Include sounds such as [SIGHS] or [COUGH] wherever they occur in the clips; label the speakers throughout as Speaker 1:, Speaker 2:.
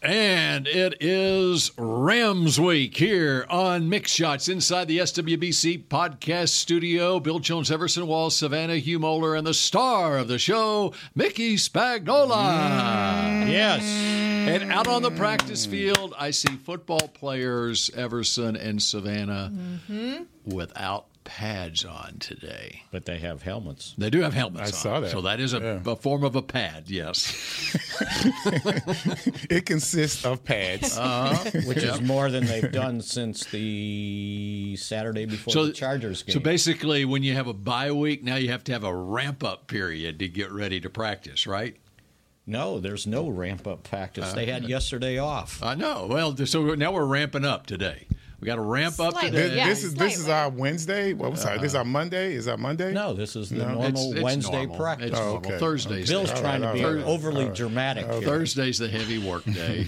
Speaker 1: And it is Rams week here on Mix Shots inside the SWBC podcast studio. Bill Jones, Everson Wall, Savannah Hugh Moeller, and the star of the show, Mickey Spagnola.
Speaker 2: Yes.
Speaker 1: And out on the practice field, I see football players, Everson and Savannah, without pads on today.
Speaker 2: But they have helmets.
Speaker 1: [LAUGHS] They do have helmets on.
Speaker 3: saw that.
Speaker 1: So that is a, a form of a pad, yes.
Speaker 3: It consists of pads.
Speaker 2: [LAUGHS]
Speaker 1: Oh,
Speaker 2: Which is more than they've done since the Saturday before the Chargers game.
Speaker 1: So basically, when you have a bye week, now you have to have a ramp up period to get ready to practice, right?
Speaker 2: no, there's no ramp up practice. They
Speaker 1: Uh,
Speaker 2: had yesterday off.
Speaker 1: I know. Well, th- so now we're ramping up today. We got to ramp up
Speaker 4: Slightly,
Speaker 1: today.
Speaker 3: Th-
Speaker 4: Yeah,
Speaker 3: this is this is
Speaker 4: slightly.
Speaker 3: our Wednesday. Well, I'm sorry. this is
Speaker 1: Uh-huh.
Speaker 3: our Monday. Is our Monday?
Speaker 2: No, this is the normal
Speaker 1: It's- it's
Speaker 2: Wednesday
Speaker 1: normal.
Speaker 2: practice.
Speaker 1: It's Uh,
Speaker 3: Oh,
Speaker 1: normal.
Speaker 3: okay.
Speaker 1: Thursday's
Speaker 2: Bill's
Speaker 1: the-
Speaker 2: trying to be
Speaker 3: all right,
Speaker 2: overly dramatic here.
Speaker 1: Thursday's the heavy work day.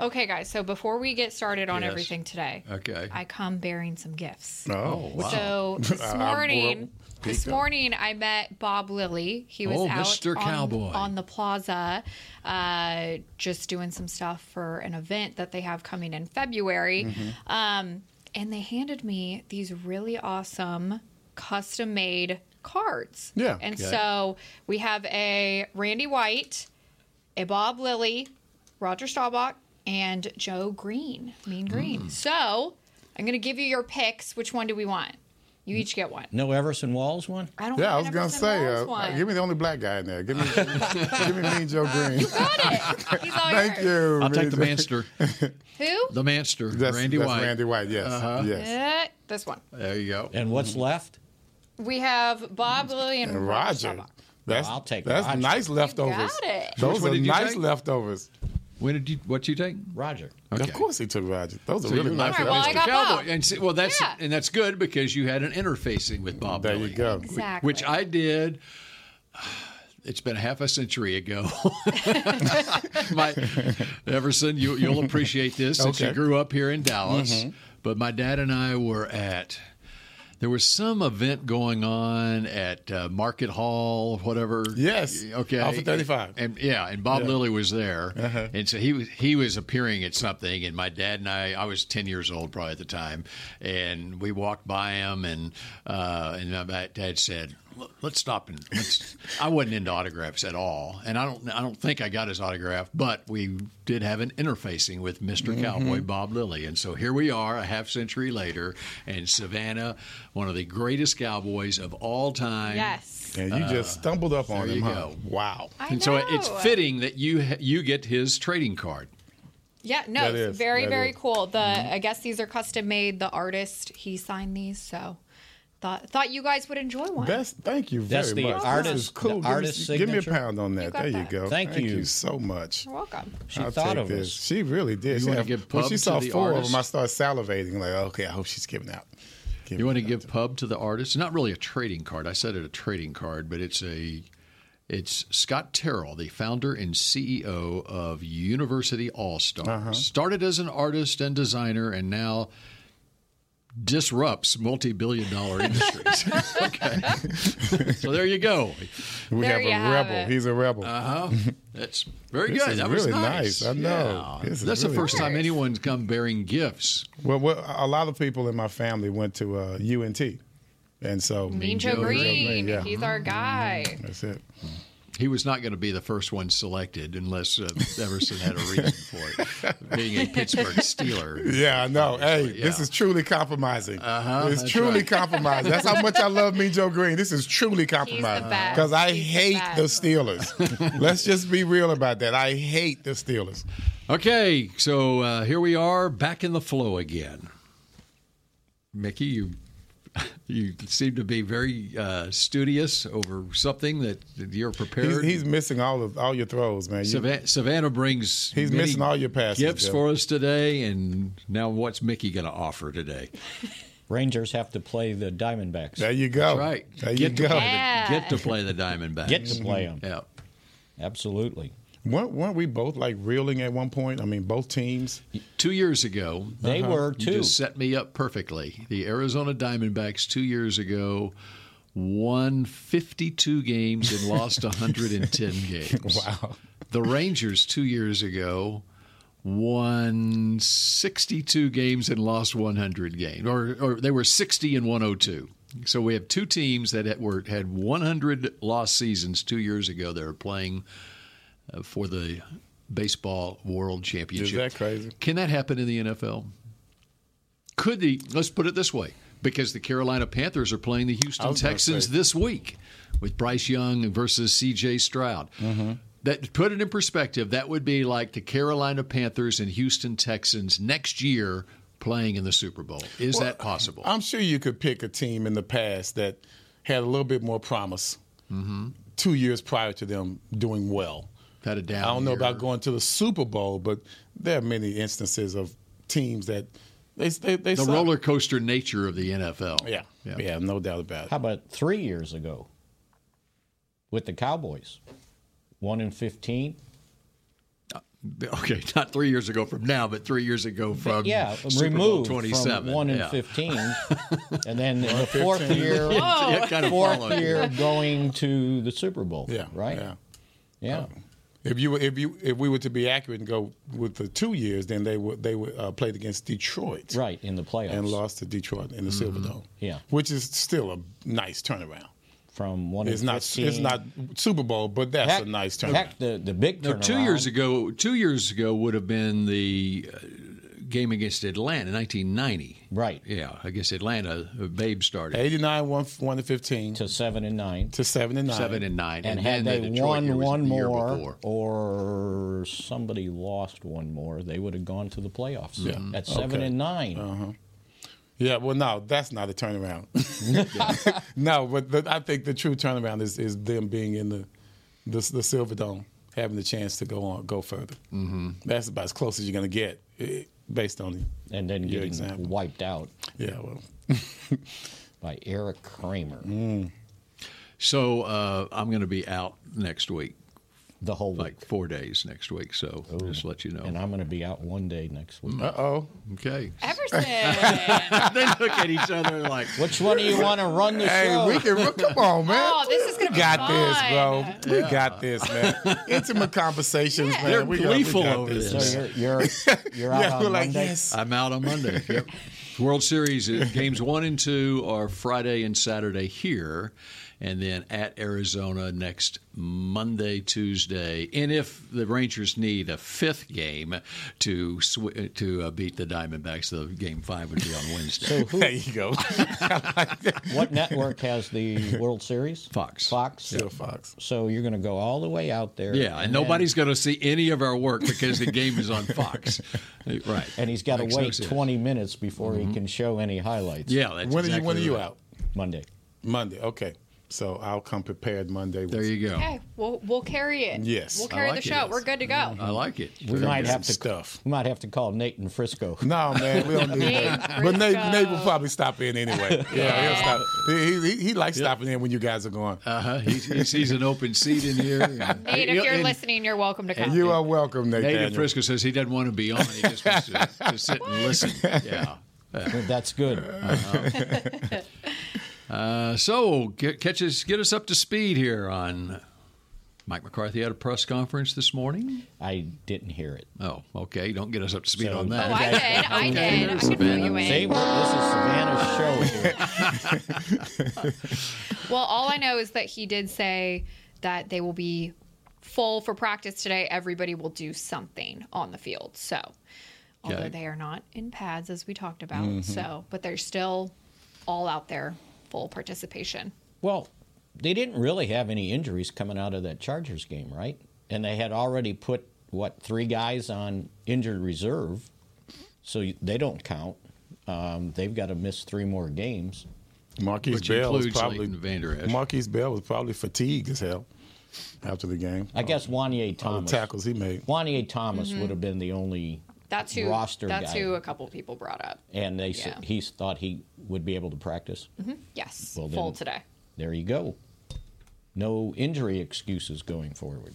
Speaker 4: Okay, guys. So before we get started on
Speaker 1: Yes.
Speaker 4: everything today,
Speaker 1: Okay.
Speaker 4: I come bearing some gifts.
Speaker 3: Oh,
Speaker 1: [LAUGHS]
Speaker 4: So this
Speaker 3: I'm
Speaker 4: morning,
Speaker 3: real
Speaker 4: this
Speaker 3: peaked up.
Speaker 4: morning I met Bob Lilly. He was
Speaker 1: Oh,
Speaker 4: out
Speaker 1: Mr.
Speaker 4: on-
Speaker 1: Cowboy.
Speaker 4: On, the plaza, uh, just doing some stuff for an event that they have coming in February.
Speaker 3: Mm-hmm.
Speaker 4: Um, and they handed me these really awesome custom made cards.
Speaker 3: Yeah.
Speaker 4: And
Speaker 3: Okay.
Speaker 4: so we have a Randy White, a Bob Lilly, Roger Staubach, and Joe Green, Mean Green.
Speaker 3: Mm.
Speaker 4: So I'm going to give you your picks. Which one do we want? You each get one.
Speaker 2: No Everson Walls one?
Speaker 4: I don't.
Speaker 3: yeah, I
Speaker 4: want
Speaker 3: was
Speaker 4: an
Speaker 3: gonna
Speaker 4: Everson
Speaker 3: say,
Speaker 4: Walls
Speaker 3: uh,
Speaker 4: one.
Speaker 3: give me the only black guy in there.
Speaker 1: [LAUGHS]
Speaker 3: Give me, give me, give me Mean Joe Green.
Speaker 4: Got it. He's all
Speaker 3: [LAUGHS] Thank
Speaker 4: yours.
Speaker 3: you.
Speaker 1: I'll take the
Speaker 3: Mean Joe-
Speaker 1: manster.
Speaker 4: Who?
Speaker 1: The manster.
Speaker 3: That's,
Speaker 1: Randy
Speaker 3: that's
Speaker 1: White. Uh-huh.
Speaker 3: Randy White. Yes. Yes.
Speaker 4: Eh, this one.
Speaker 1: There you go.
Speaker 2: And what's left?
Speaker 4: We have Bob Lilly and,
Speaker 3: And
Speaker 4: Roger.
Speaker 3: Roger.
Speaker 4: Staubach.
Speaker 3: That's,
Speaker 2: I'll take
Speaker 3: That's
Speaker 2: Roger.
Speaker 3: nice leftovers.
Speaker 4: got it.
Speaker 1: Which
Speaker 3: Those
Speaker 1: one
Speaker 3: are
Speaker 1: did you
Speaker 3: nice
Speaker 1: take?
Speaker 3: leftovers.
Speaker 1: When did you? What you take?
Speaker 2: Roger.
Speaker 1: Okay.
Speaker 3: Of course, he took Roger. Those are
Speaker 1: So
Speaker 3: really
Speaker 1: you
Speaker 3: nice.
Speaker 1: left
Speaker 4: All right, well, I
Speaker 1: Mr.
Speaker 4: got
Speaker 1: Cowboy.
Speaker 4: Bob.
Speaker 1: And see, well, that's
Speaker 4: Yeah.
Speaker 1: and that's good because you had an interfacing with Bob.
Speaker 3: There
Speaker 1: Billy.
Speaker 3: you go.
Speaker 4: Exactly.
Speaker 1: which I did. [SIGHS] It's been half a century ago. [LAUGHS] my, Everson, you, you'll appreciate this since you
Speaker 3: Okay. Mm-hmm.
Speaker 1: grew up here in Dallas. But my dad and I were at. There was some event going on at uh, Market Hall, whatever.
Speaker 3: Yes,
Speaker 1: Okay.
Speaker 3: off of 35.
Speaker 1: And yeah, and Bob Lilly was there, and so he was he was appearing at something, and my dad and I I was ten years old probably at the time, and we walked by him, and uh, and my dad said. "Look, Let's stop and let's. [LAUGHS] I wasn't into autographs at all, and I don't. I don't think I got his autograph, but we did have an interfacing with mister Cowboy Bob Lilly, and so here we are, a half century later, and Savannah, one of the greatest cowboys of all time.
Speaker 4: Yes.
Speaker 3: And you just stumbled up on him.
Speaker 1: there you
Speaker 3: huh?
Speaker 1: go.
Speaker 3: Wow.
Speaker 4: I
Speaker 1: And so
Speaker 4: know.
Speaker 1: it's fitting that you ha- you get his trading card.
Speaker 4: Yeah, no,
Speaker 3: That
Speaker 4: it's
Speaker 3: is,
Speaker 4: very,
Speaker 3: that
Speaker 4: very
Speaker 3: is. Mm-hmm.
Speaker 4: cool. The I guess these are custom made. The artist he signed these, so thought thought you guys would enjoy one.
Speaker 3: That's thank you very
Speaker 2: That's the
Speaker 3: much. This
Speaker 2: artist-
Speaker 3: is cool.
Speaker 2: the
Speaker 3: give,
Speaker 2: artist
Speaker 3: me, give me a
Speaker 2: signature?
Speaker 3: pound on that.
Speaker 4: You got
Speaker 3: there you
Speaker 4: that.
Speaker 3: go.
Speaker 2: Thank you.
Speaker 3: so much.
Speaker 4: You're welcome.
Speaker 2: She thought
Speaker 3: take
Speaker 2: of
Speaker 3: this.
Speaker 2: us.
Speaker 3: She really did.
Speaker 1: You
Speaker 3: She
Speaker 1: wanna
Speaker 3: had-
Speaker 1: give
Speaker 3: when
Speaker 1: pub
Speaker 3: she
Speaker 1: to
Speaker 3: saw
Speaker 1: the
Speaker 3: four
Speaker 1: artist?
Speaker 3: of them, I started salivating. Like, okay, I hope she's giving out. Give me
Speaker 1: You want to
Speaker 3: that.
Speaker 1: give pub to the artist? Not really a trading card. I said it a trading card, but it's a it's Scott Terrell, the founder and CEO of University All Star.
Speaker 3: Uh-huh.
Speaker 1: Started as an artist and designer, and now disrupts
Speaker 4: [LAUGHS]
Speaker 1: multi-billion-dollar industries. okay, so there you go.
Speaker 3: We
Speaker 4: There
Speaker 3: have
Speaker 4: you
Speaker 3: a
Speaker 4: have
Speaker 3: rebel.
Speaker 4: it.
Speaker 3: He's a rebel.
Speaker 1: Uh-huh. That's very
Speaker 3: This
Speaker 1: good.
Speaker 3: is
Speaker 1: that was
Speaker 3: really
Speaker 1: nice.
Speaker 3: nice. I know.
Speaker 1: Yeah.
Speaker 3: This is
Speaker 1: That's the
Speaker 3: really
Speaker 1: first time
Speaker 4: nice.
Speaker 1: anyone's come bearing gifts.
Speaker 3: well, well, a lot of people in my family went to uh, UNT, and so
Speaker 4: Mean Joe
Speaker 1: Joe Green,
Speaker 4: Green,
Speaker 3: yeah. Mm-hmm.
Speaker 4: he's our guy.
Speaker 3: [LAUGHS] That's it.
Speaker 1: He was not going to be the first one selected unless uh, Everson had a reason for it, being a Pittsburgh Steeler.
Speaker 3: Yeah, I know. Hey, this
Speaker 1: yeah.
Speaker 3: is truly compromising. Uh-huh, it's
Speaker 1: that's
Speaker 3: truly
Speaker 1: right.
Speaker 3: compromising. That's how much I love Mean Joe Green. This is truly compromising
Speaker 4: best.
Speaker 3: because I
Speaker 4: He's the
Speaker 3: hate
Speaker 4: best.
Speaker 3: the Steelers.
Speaker 1: [LAUGHS]
Speaker 3: Let's just be real about that. I hate the Steelers.
Speaker 1: Okay, so uh, here we are back in the flow again. Mickey, you [LAUGHS] you seem to be very uh, studious over something that that you're
Speaker 3: He's,
Speaker 1: prepared.
Speaker 3: he's missing all of all your throws, man. You-
Speaker 1: Savannah, Savannah brings.
Speaker 3: He's
Speaker 1: many
Speaker 3: missing all your passes,
Speaker 1: Gifts
Speaker 3: Joe.
Speaker 1: for us today, and now what's Mickey going to offer today?
Speaker 2: Rangers have to play the Diamondbacks.
Speaker 3: there you go.
Speaker 1: That's right.
Speaker 3: Oh, There
Speaker 1: get
Speaker 3: you
Speaker 1: to
Speaker 3: go.
Speaker 1: play
Speaker 4: Yeah.
Speaker 1: the, get to play the Diamondbacks.
Speaker 2: Get to play them.
Speaker 1: Yeah.
Speaker 2: Absolutely.
Speaker 3: Weren't, weren't we both like reeling at one point? I mean, both teams.
Speaker 1: Two years ago, Uh-huh.
Speaker 2: They were
Speaker 1: you
Speaker 2: too.
Speaker 1: just set me up perfectly. The Arizona Diamondbacks two years ago won 52 games and lost 110 games. Wow. The Rangers two years ago won 62 games and lost 100 games, or, or they were 60 and 102. So we have two teams that had, were, had 100 lost seasons two years ago that are playing uh, for the baseball world championship.
Speaker 3: that crazy?
Speaker 1: Can that happen in the NFL? Could the let's put it this way, because the Carolina Panthers are playing the Houston
Speaker 3: was gonna
Speaker 1: Texans
Speaker 3: say.
Speaker 1: this week with Bryce Young versus C.J. Stroud.
Speaker 3: Mm-hmm.
Speaker 1: That to put it in perspective, that would be like the Carolina Panthers and Houston Texans next year playing in the Super Bowl. Is that possible?
Speaker 3: I'm sure you could pick a team in the past that had a little bit more promise
Speaker 1: Mm-hmm.
Speaker 3: two years prior to them doing well.
Speaker 1: Had a down
Speaker 3: I don't know
Speaker 1: year.
Speaker 3: about going to the Super Bowl, but there are many instances of teams that they they, they
Speaker 1: the
Speaker 3: suck.
Speaker 1: roller coaster nature of the NFL.
Speaker 3: Yeah, yeah, no doubt about it.
Speaker 2: How about three years ago with the Cowboys? One in 15.
Speaker 1: Okay, not three years ago from now, but three years ago from
Speaker 2: yeah,
Speaker 1: Super Bowl
Speaker 2: removed
Speaker 1: 27.
Speaker 2: from 1 in
Speaker 1: yeah.
Speaker 2: 15. and then the fourth
Speaker 3: 15.
Speaker 2: year,
Speaker 1: [LAUGHS] Yeah, kind of
Speaker 2: fourth
Speaker 1: following.
Speaker 2: year going to the Super Bowl.
Speaker 3: Yeah,
Speaker 2: Right?
Speaker 3: Yeah.
Speaker 2: Yeah.
Speaker 3: If you were- if you if we were to be accurate and go with the two years, then they were they were uh, played against Detroit,
Speaker 2: Right, in the playoffs.
Speaker 3: and lost to Detroit in the Silver Dome.
Speaker 2: Yeah.
Speaker 3: which is still a nice turnaround.
Speaker 2: From 1
Speaker 3: It's
Speaker 2: in
Speaker 3: not
Speaker 2: 15.
Speaker 3: it's not Super Bowl, but that's
Speaker 2: Heck,
Speaker 3: a nice turnaround.
Speaker 2: Heck, the, the big
Speaker 1: No,
Speaker 2: turnaround.
Speaker 1: two years ago, two years ago would have been the uh, game against Atlanta in 1990.
Speaker 2: Right.
Speaker 1: Yeah, against Atlanta, uh, Babe started
Speaker 3: 89 won, won to 15 to,
Speaker 2: To 7 and 9.
Speaker 3: 7 and 9.
Speaker 1: seven and nine,
Speaker 2: and,
Speaker 1: then
Speaker 2: had
Speaker 1: the
Speaker 2: they
Speaker 1: Detroit
Speaker 2: won
Speaker 1: year was
Speaker 2: one
Speaker 1: the year
Speaker 2: more
Speaker 1: before.
Speaker 2: or somebody lost one more, they would have gone to the playoffs at seven
Speaker 3: Okay.
Speaker 2: and 9
Speaker 3: Yeah, well, no, that's not a turnaround. [LAUGHS] no, but the, I think the true turnaround is, is them being in the, the the Silver Dome, having the chance to go on, go further. Mm-hmm. That's about as close as you're gonna get, eh, based on the.
Speaker 2: and then
Speaker 3: Your
Speaker 2: getting
Speaker 3: example.
Speaker 2: wiped out
Speaker 3: Yeah, well,
Speaker 2: by Eric Kramer
Speaker 1: So uh, I'm going to be out next week,
Speaker 2: the whole week.
Speaker 1: like four days next week. So just let
Speaker 3: Oh.
Speaker 1: you know.
Speaker 2: And I'm going to be out one day next week.
Speaker 3: uh oh,
Speaker 2: [LAUGHS]
Speaker 1: okay.
Speaker 4: Everson.
Speaker 3: [LAUGHS]
Speaker 1: they look at each other [LAUGHS] like,
Speaker 2: Which one do you want to run the
Speaker 3: hey,
Speaker 2: show?
Speaker 3: we can come on, man.
Speaker 4: Oh, this is gonna
Speaker 3: we
Speaker 4: be
Speaker 3: got
Speaker 4: fun.
Speaker 3: this, bro. We got this, man. [LAUGHS] Intimate conversations, man.
Speaker 1: They're
Speaker 3: we got, we
Speaker 1: gleeful
Speaker 3: got
Speaker 1: over
Speaker 3: this.
Speaker 1: this.
Speaker 2: so
Speaker 3: [LAUGHS]
Speaker 2: you're you're, you're out
Speaker 3: Yeah,
Speaker 2: on
Speaker 3: we're like
Speaker 2: Monday.
Speaker 3: yes.
Speaker 1: [LAUGHS] I'm out
Speaker 3: [LAUGHS]
Speaker 1: on Monday. Yep. World Series uh, games one and two are Friday and Saturday here, and then at Arizona next Monday, Tuesday. And if the Rangers need a fifth game to sw- uh, to uh, beat the Diamondbacks, the game five would be on Wednesday.
Speaker 3: There you go,
Speaker 2: What network has the
Speaker 3: [LAUGHS]
Speaker 2: World Series?
Speaker 1: Fox.
Speaker 2: Fox.
Speaker 3: Bill Fox.
Speaker 2: So you're going to go all the way out there.
Speaker 1: yeah, and
Speaker 2: then-
Speaker 1: nobody's going to see any of our work because the game is
Speaker 3: [LAUGHS]
Speaker 1: on Fox. right.
Speaker 2: and he's got to
Speaker 1: Makes no
Speaker 2: wait
Speaker 1: sense.
Speaker 2: 20 minutes before
Speaker 3: Mm-hmm.
Speaker 2: he can show any highlights.
Speaker 1: Yeah, that's
Speaker 3: When are you
Speaker 1: exactly
Speaker 3: when are you
Speaker 1: right.
Speaker 3: out?
Speaker 2: Monday.
Speaker 3: Monday. Okay. So I'll come prepared Monday. With
Speaker 1: There you go.
Speaker 4: Okay, we'll we'll carry it.
Speaker 3: Yes.
Speaker 4: we'll
Speaker 3: I
Speaker 4: carry
Speaker 1: like
Speaker 4: the
Speaker 1: it.
Speaker 4: show. We're good to
Speaker 3: [LAUGHS]
Speaker 4: go.
Speaker 1: I like it.
Speaker 2: We might
Speaker 3: some
Speaker 2: have to
Speaker 3: stuff.
Speaker 2: We might have to call Nate in Frisco. [LAUGHS]
Speaker 3: No, man, we don't
Speaker 4: [LAUGHS]
Speaker 3: do that. But Nate, Nate will probably stop in [LAUGHS] anyway. Yeah, he'll stop. He, he, he likes stopping in when you guys are going.
Speaker 1: Uh-huh. He, he sees an open seat in here.
Speaker 4: [LAUGHS] Nate, if you're listening, you're welcome to come.
Speaker 3: you are welcome, Nate.
Speaker 1: Native
Speaker 3: Daniel.
Speaker 1: Frisco says he doesn't want to be on. He just wants to,
Speaker 4: [LAUGHS]
Speaker 1: to sit and listen. Yeah.
Speaker 2: That's good.
Speaker 1: Uh, so get, catch us, get us up to speed here on Mike McCarthy had a press conference this morning.
Speaker 2: I didn't hear it.
Speaker 1: Oh, okay. Don't get us up to speed
Speaker 2: So-
Speaker 1: on
Speaker 4: Oh,
Speaker 1: that.
Speaker 4: I did. I did. I can fill you
Speaker 2: See,
Speaker 4: in.
Speaker 2: well, this is Savannah's show. Here.
Speaker 4: Well, all I know is that he did say that they will be full for practice today. Everybody will do something on the field. So, although
Speaker 1: Okay.
Speaker 4: they are not in pads as we talked about,
Speaker 2: Mm-hmm.
Speaker 4: so but they're still all out there, full participation.
Speaker 2: Well, they didn't really have any injuries coming out of that Chargers game, right? And they had already put what three guys on injured reserve, so you- they don't count. Um, they've got to miss three more games.
Speaker 3: Marquise
Speaker 1: Which
Speaker 3: Bell was
Speaker 1: includes
Speaker 3: probably
Speaker 1: Leighton Vander Esch.
Speaker 3: Marquise Bell was probably fatigued as hell after the game.
Speaker 2: I guess Wanye
Speaker 3: all Oh. the
Speaker 2: Thomas.
Speaker 3: tackles he made.
Speaker 2: Wanye Thomas would have been the only
Speaker 4: That's who.
Speaker 2: roster
Speaker 4: that's
Speaker 2: guy.
Speaker 4: who a couple people brought up.
Speaker 2: and they s
Speaker 4: Yeah.
Speaker 2: he s- thought he would be able to practice.
Speaker 4: Yes,
Speaker 2: Well,
Speaker 4: full
Speaker 2: then-
Speaker 4: today.
Speaker 2: There you go. No injury excuses going forward.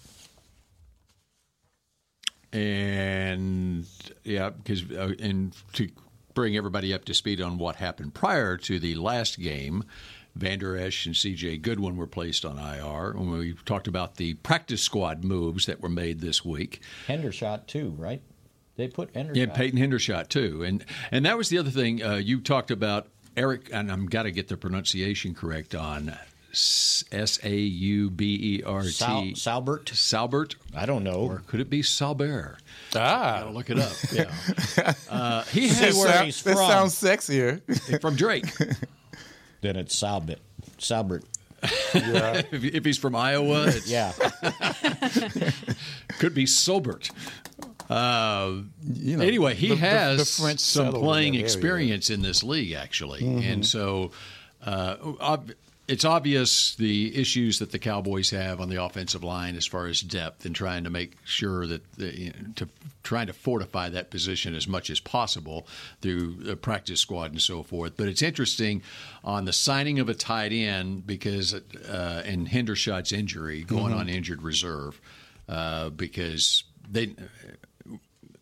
Speaker 1: and yeah, because uh, and to bring everybody up to speed on what happened prior to the last game, Vander Esch and C.J. Goodwin were placed on IR, and we talked about the practice squad moves that were made this week.
Speaker 2: Hendershot too, right? They put Hendershot.
Speaker 1: Yeah, Peyton Hendershot too, and and that was the other thing uh, you talked about, Eric. And I'm got to get the pronunciation correct on S A U B E R T.
Speaker 2: Sal- Salbert?
Speaker 1: Salbert.
Speaker 2: I don't know.
Speaker 1: Or could it be Salbert? Gotta
Speaker 3: Ah,
Speaker 1: look it up. Yeah. uh, he
Speaker 2: Say
Speaker 1: has
Speaker 2: where
Speaker 3: That-
Speaker 2: he's
Speaker 3: that
Speaker 2: from.
Speaker 3: sounds sexier.
Speaker 1: from Drake.
Speaker 2: Then it's Salbert. Salbert.
Speaker 3: yeah.
Speaker 1: if, if he's from Iowa, it [LAUGHS]
Speaker 2: Yeah.
Speaker 1: could be Sobert. Uh,
Speaker 3: You know,
Speaker 1: anyway, he
Speaker 3: the- the-
Speaker 1: has
Speaker 3: the French
Speaker 1: some
Speaker 3: settled in
Speaker 1: playing
Speaker 3: that area. Mm-hmm.
Speaker 1: experience in this league, actually, and so uh, ob- it's obvious the issues that the Cowboys have on the offensive line as far as depth and trying to make sure that the, you know, to trying to fortify that position as much as possible through the practice squad and so forth. But it's interesting on the signing of a tight end because uh, and Hendershot's injury going
Speaker 3: Mm-hmm.
Speaker 1: on injured reserve uh, because they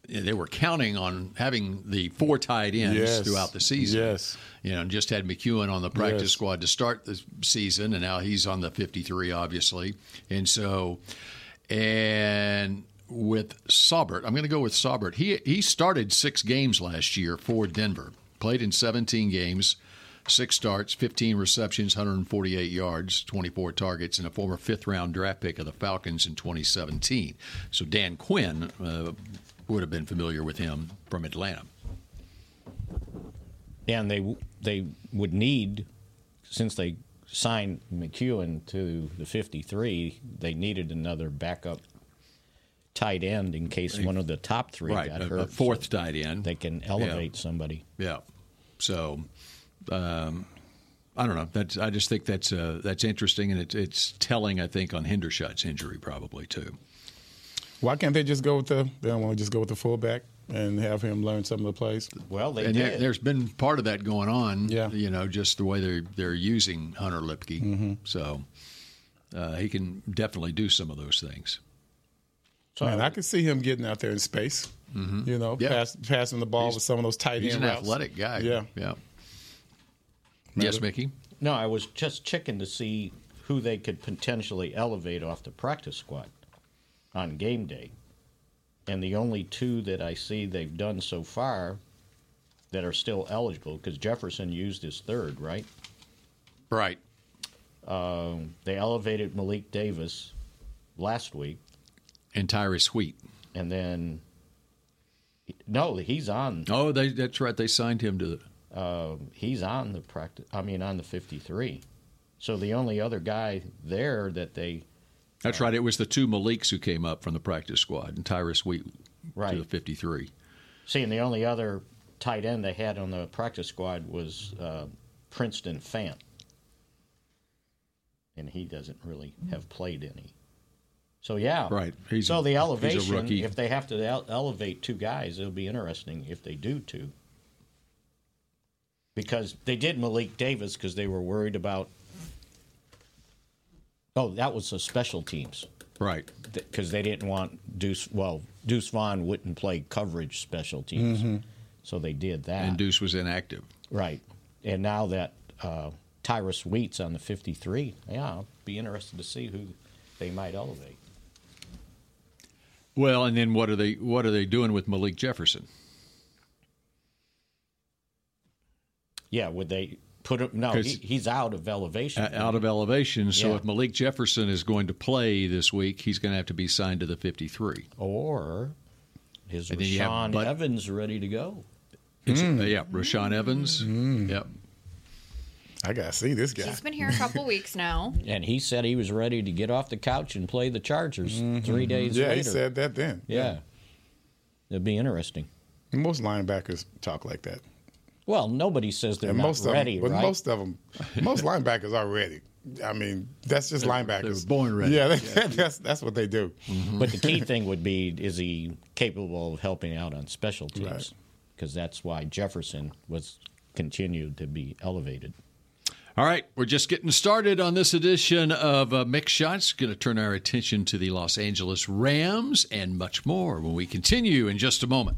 Speaker 1: they were counting on having the four tight
Speaker 3: [LAUGHS]
Speaker 1: ends
Speaker 3: Yes.
Speaker 1: throughout the season.
Speaker 3: Yes.
Speaker 1: You know, and just had McEwen on the practice
Speaker 3: Yes.
Speaker 1: squad to start the season, and now he's on the 53, obviously. And so, and with Saubert, I'm going to go with Saubert. He, he started six games last year for Denver, played in 17 games, six starts, 15 receptions, 148 yards, 24 targets, and a former fifth round draft pick of the Falcons in 2017. So Dan Quinn uh, would have been familiar with him from Atlanta.
Speaker 2: and they w- they would need since they signed McEwen to the 53, they needed another backup tight end in case one of the top 3
Speaker 1: Right,
Speaker 2: got
Speaker 1: a,
Speaker 2: hurt.
Speaker 1: a fourth
Speaker 2: so
Speaker 1: tight end.
Speaker 2: they can elevate somebody.
Speaker 1: Yeah. So, um, I don't know. That's I just think that's uh, that's interesting, and it's it's telling. I think on Hendershot's injury probably too.
Speaker 3: Why can't they just go with the? They don't want to just go with the fullback and have him learn some of the plays.
Speaker 2: Well, they
Speaker 1: and there,
Speaker 2: did.
Speaker 1: there's been part of that going on.
Speaker 3: Yeah.
Speaker 1: You know, just the way they're they're using Hunter Lipke. So uh, he can definitely do some of those things.
Speaker 3: Man, I could see him getting out there in space. You know,
Speaker 1: Mm-hmm. Yeah.
Speaker 3: pass, passing the ball with some of those tight
Speaker 1: He's
Speaker 3: end
Speaker 1: an
Speaker 3: routes.
Speaker 1: athletic guy.
Speaker 3: Yeah.
Speaker 1: Yeah. Yes, Mickey.
Speaker 2: no, I was just checking to see who they could potentially elevate off the practice squad on game day. And the only two that I see they've done so far that are still eligible, because Jefferson used his third, right?
Speaker 1: Right.
Speaker 2: They elevated Malik Davis last week,
Speaker 1: And Tyrese Wheat.
Speaker 2: and then no, he's on. um,
Speaker 1: Oh, they, that's right. They signed him to the.
Speaker 2: He's on the practice. I mean, on the fifty-three. So the only other guy there that they
Speaker 1: That's right. It was the two Maliks who came up from the practice squad, and Tyrus Wheat
Speaker 2: Right.
Speaker 1: to the 53.
Speaker 2: see, and the only other tight end they had on the practice squad was uh, Princeton Fant, and he doesn't really have played any. So yeah,
Speaker 1: Right. He's
Speaker 2: so
Speaker 1: a-
Speaker 2: the
Speaker 1: he's a
Speaker 2: elevation,
Speaker 1: rookie.
Speaker 2: if they have to el- elevate two guys, it'll be interesting if they do two. Because they did Malik Davis because they were worried about. Oh, that was the special teams
Speaker 1: Right.
Speaker 2: because they didn't want Deuce. Well, Deuce Vaughn wouldn't play coverage special teams,
Speaker 3: Mm-hmm.
Speaker 2: so they did that.
Speaker 1: And Deuce was inactive.
Speaker 2: Right. And now that uh, Tyrus Wheat's on the 53, yeah, I'll be interested to see who they might elevate.
Speaker 1: Well, and then what are they what are they doing with Malik Jefferson?
Speaker 2: Yeah, would they put him? No,
Speaker 1: 'Cause-
Speaker 2: he, he's out of elevation.
Speaker 1: Uh, out of elevation, so
Speaker 2: Yeah.
Speaker 1: if Malik Jefferson is going to play this week, he's going to have to be signed to the 53.
Speaker 2: or is
Speaker 1: then you have
Speaker 2: Rashawn
Speaker 1: Bud-
Speaker 2: Evans ready to go?
Speaker 1: It's-
Speaker 2: Hmm.
Speaker 1: uh, yeah, Rashawn Evans. Yep.
Speaker 3: I gotta see this guy.
Speaker 4: He's been here a
Speaker 2: [LAUGHS]
Speaker 4: couple weeks now.
Speaker 2: And he said he was ready to get off the couch and play the Chargers three days
Speaker 3: Mm-hmm. Yeah,
Speaker 2: later.
Speaker 3: he said that then.
Speaker 2: yeah. It'd be interesting.
Speaker 3: Most linebackers talk like that.
Speaker 2: Well, nobody says they're
Speaker 3: And
Speaker 2: not
Speaker 3: most
Speaker 2: ready,
Speaker 3: of them,
Speaker 2: right?
Speaker 3: but most of
Speaker 1: [LAUGHS]
Speaker 3: them, most linebackers are ready. I mean, that's just linebackers.
Speaker 1: they're born ready. Mm-hmm.
Speaker 3: Yeah, [LAUGHS] that's that's what they do.
Speaker 2: But the
Speaker 3: [LAUGHS]
Speaker 2: key thing would be is he capable of helping out on special
Speaker 3: Right.
Speaker 2: teams? Because that's why Jefferson was continued to be elevated.
Speaker 1: All right, we're just getting started on this edition of uh, Mix Shots. Going to turn our attention to the Los Angeles Rams and much more when we continue in just a moment.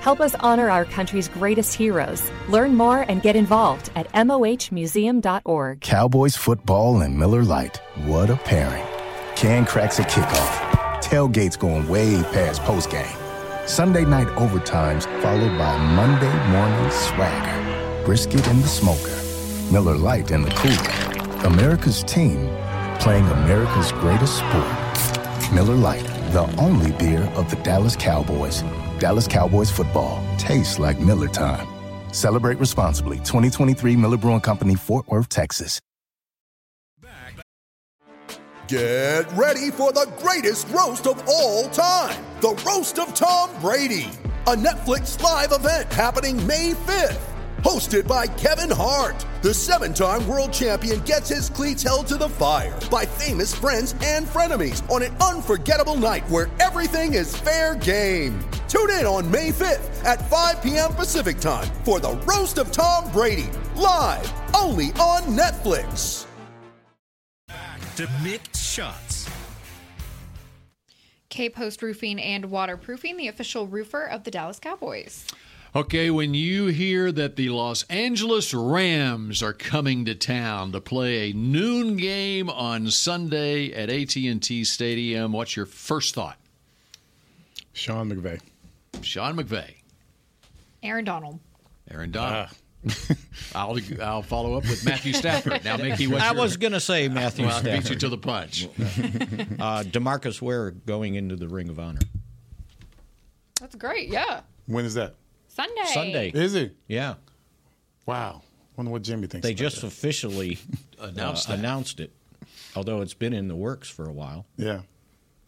Speaker 5: Help us honor our country's greatest heroes. Learn more and get involved at mohmuseum.org.
Speaker 6: Cowboys football and Miller Lite. What a pairing. Can cracks a kickoff. Tailgates going way past postgame. Sunday night overtimes followed by Monday morning swagger. Brisket in the smoker. Miller Lite in the cooler. America's team playing America's greatest sport. Miller Lite, the only beer of the Dallas Cowboys. Dallas Cowboys football tastes like Miller time. Celebrate responsibly. 2023 Miller Brewing Company, Fort Worth, Texas.
Speaker 7: Get ready for the greatest roast of all time the roast of Tom Brady, a Netflix live event happening May 5th. Hosted by Kevin Hart, the seven time world champion gets his cleats held to the fire by famous friends and frenemies on an unforgettable night where everything is fair game. Tune in on May 5th at 5 p.m. Pacific time for the Roast of Tom Brady, live only on Netflix.
Speaker 8: to mix shots.
Speaker 4: K Post Roofing and Waterproofing, the official roofer of the Dallas Cowboys.
Speaker 1: Okay, when you hear that the Los Angeles Rams are coming to town to play a noon game on Sunday at AT&T Stadium, what's your first thought?
Speaker 3: Sean McVay.
Speaker 1: Sean McVay,
Speaker 4: Aaron Donald.
Speaker 1: Aaron Donald. [LAUGHS] I'll I'll follow up with Matthew Stafford. Now, Mickey, what's
Speaker 2: I
Speaker 1: your,
Speaker 2: was going to say Matthew
Speaker 1: well, I beat you
Speaker 2: Stafford.
Speaker 1: to the punch. [LAUGHS]
Speaker 2: Uh, Demarcus Ware going into the Ring of Honor
Speaker 4: That's great. Yeah.
Speaker 3: When is that?
Speaker 4: Sunday.
Speaker 2: Sunday.
Speaker 3: Is he?
Speaker 2: Yeah,
Speaker 3: Wow. Wonder what Jimmy thinks.
Speaker 2: they
Speaker 3: about
Speaker 2: just
Speaker 1: [LAUGHS]
Speaker 3: that. [LAUGHS]
Speaker 2: officially uh,
Speaker 1: Announced that.
Speaker 2: announced it, although it's been in the works for a while.
Speaker 3: yeah.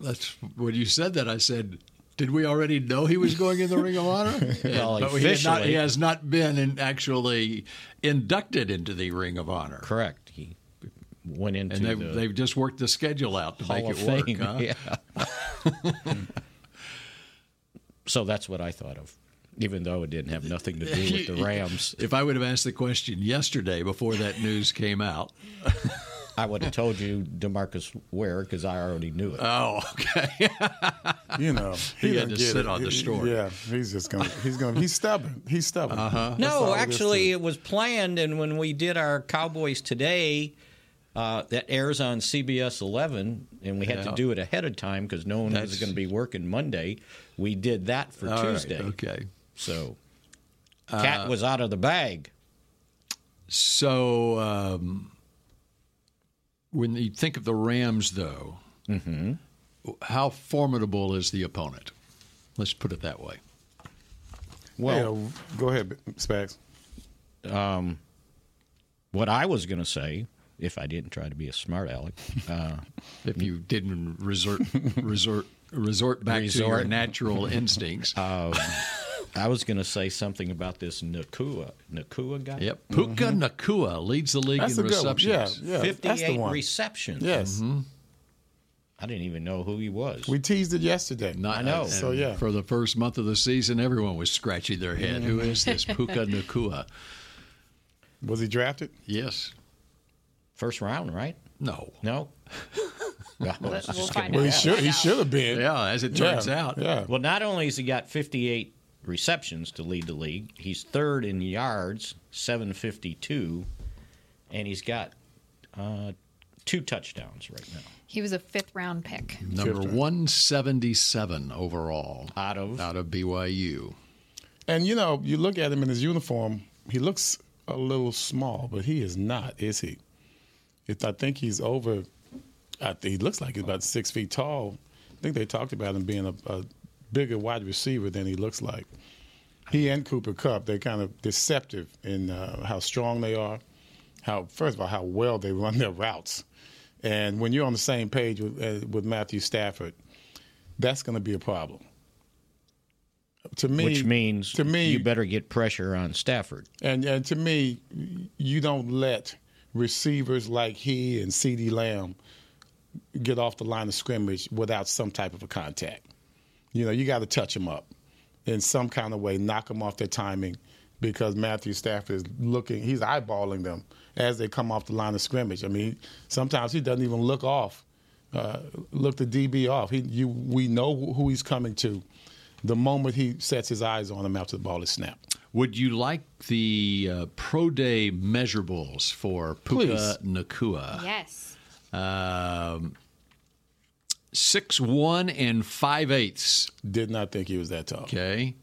Speaker 1: That's when you said that. I said, "Did we already know he was going in the Ring of Honor?"
Speaker 2: [LAUGHS] Well,
Speaker 1: but he, had not-
Speaker 2: officially-
Speaker 1: he has not been in, actually inducted into the Ring of Honor.
Speaker 2: Correct. He went into
Speaker 1: And they've,
Speaker 2: the
Speaker 1: they've just worked the schedule out to
Speaker 2: Hall
Speaker 1: make
Speaker 2: of
Speaker 1: it work.
Speaker 2: Fame.
Speaker 1: Huh?
Speaker 2: Yeah. [LAUGHS] so that's what I thought of, even though it didn't have nothing to do
Speaker 1: [LAUGHS]
Speaker 2: with the Rams.
Speaker 1: If I would have asked the question yesterday before that news came out,
Speaker 2: I would have told you Demarcus Ware because I already knew it.
Speaker 1: oh, [LAUGHS] okay.
Speaker 3: You know, he, don't
Speaker 1: had to
Speaker 3: get
Speaker 1: sit
Speaker 3: it.
Speaker 1: on the
Speaker 3: He- he-
Speaker 1: story.
Speaker 3: Yeah, he's just gonna. He's gonna. He's stubborn. He's stubborn. Uh-huh.
Speaker 9: No, actually, it was planned, and when we did our Cowboys Today,
Speaker 2: Uh, that airs on CBS 11, and we had to do it ahead of time because no one was
Speaker 1: That's-
Speaker 2: going to be working Monday. We did that for
Speaker 1: All right,
Speaker 2: Tuesday.
Speaker 1: okay. Uh,
Speaker 2: So, cat was out of the bag.
Speaker 1: So um, when you think of the Rams, though,
Speaker 2: Mm-hmm.
Speaker 1: how formidable is the opponent? Let's put it that way.
Speaker 2: Well,
Speaker 3: go ahead, Spags.
Speaker 2: what I was going to say if I didn't try to be a smart aleck.
Speaker 3: [LAUGHS]
Speaker 2: Uh,
Speaker 1: if you didn't
Speaker 2: [LAUGHS]
Speaker 1: resort resort resort back to your natural
Speaker 2: [LAUGHS]
Speaker 1: instincts.
Speaker 2: Um, I was going to say something about this Nakua Nakua guy.
Speaker 1: Yep, Puka
Speaker 2: mm-hmm.
Speaker 1: Nakua leads the league
Speaker 2: That's
Speaker 1: in
Speaker 2: a good one.
Speaker 1: receptions. Mm-hmm.
Speaker 2: Yeah, yeah, that's the 58 one. receptions. Yes. I didn't even know who he was.
Speaker 3: We teased it yesterday.
Speaker 1: Not,
Speaker 2: I know.
Speaker 1: and
Speaker 2: So, yeah.
Speaker 1: For the first month of the season, everyone was scratching their head. Who is this Puka Nakua?
Speaker 3: Was he drafted?
Speaker 1: Yes.
Speaker 2: First round, right?
Speaker 1: No.
Speaker 3: [LAUGHS]
Speaker 2: No. Well,
Speaker 3: We'll
Speaker 2: that's
Speaker 3: find
Speaker 2: just gonna-
Speaker 3: out. Well, he should- he should have been.
Speaker 1: Yeah, as it turns
Speaker 3: Yeah,
Speaker 1: out.
Speaker 3: yeah.
Speaker 2: Well, not only has he got 58 receptions to lead the league, he's third in yards, 752, and he's got uh, two touchdowns right now.
Speaker 4: He was a fifth round pick.
Speaker 1: Number 177 overall
Speaker 2: out of
Speaker 1: out of BYU.
Speaker 3: And you know, you look at him in his uniform. He looks a little small, but he is not, is he? It, I think he's over. I think he looks like he's about six feet tall. I think they talked about him being a, a bigger wide receiver than he looks like. He and Cooper Cup, they're kind of deceptive in uh, how strong they are. How first of all, how well they run their routes, and when you're on the same page with, uh, with Matthew Stafford, that's going to be a problem. To me,
Speaker 2: Which means
Speaker 3: to me,
Speaker 2: you better get pressure on Stafford.
Speaker 3: and, and to me, you don't let receivers like he and C.D. Lamb get off the line of scrimmage without some type of a contact. You know, you got to touch them up in some kind of way, knock them off their timing because Matthew Stafford is looking, he's eyeballing them as they come off the line of scrimmage. I mean, sometimes he doesn't even look off, uh, look the DB off. He, you, we know who he's coming to the moment he sets his eyes on him after the ball is snapped.
Speaker 1: Would you like the uh, pro day measurables for Puka Nakua?
Speaker 4: Yes.
Speaker 1: Um, six one and five eighths.
Speaker 3: Did not think he was that tall.
Speaker 1: Okay,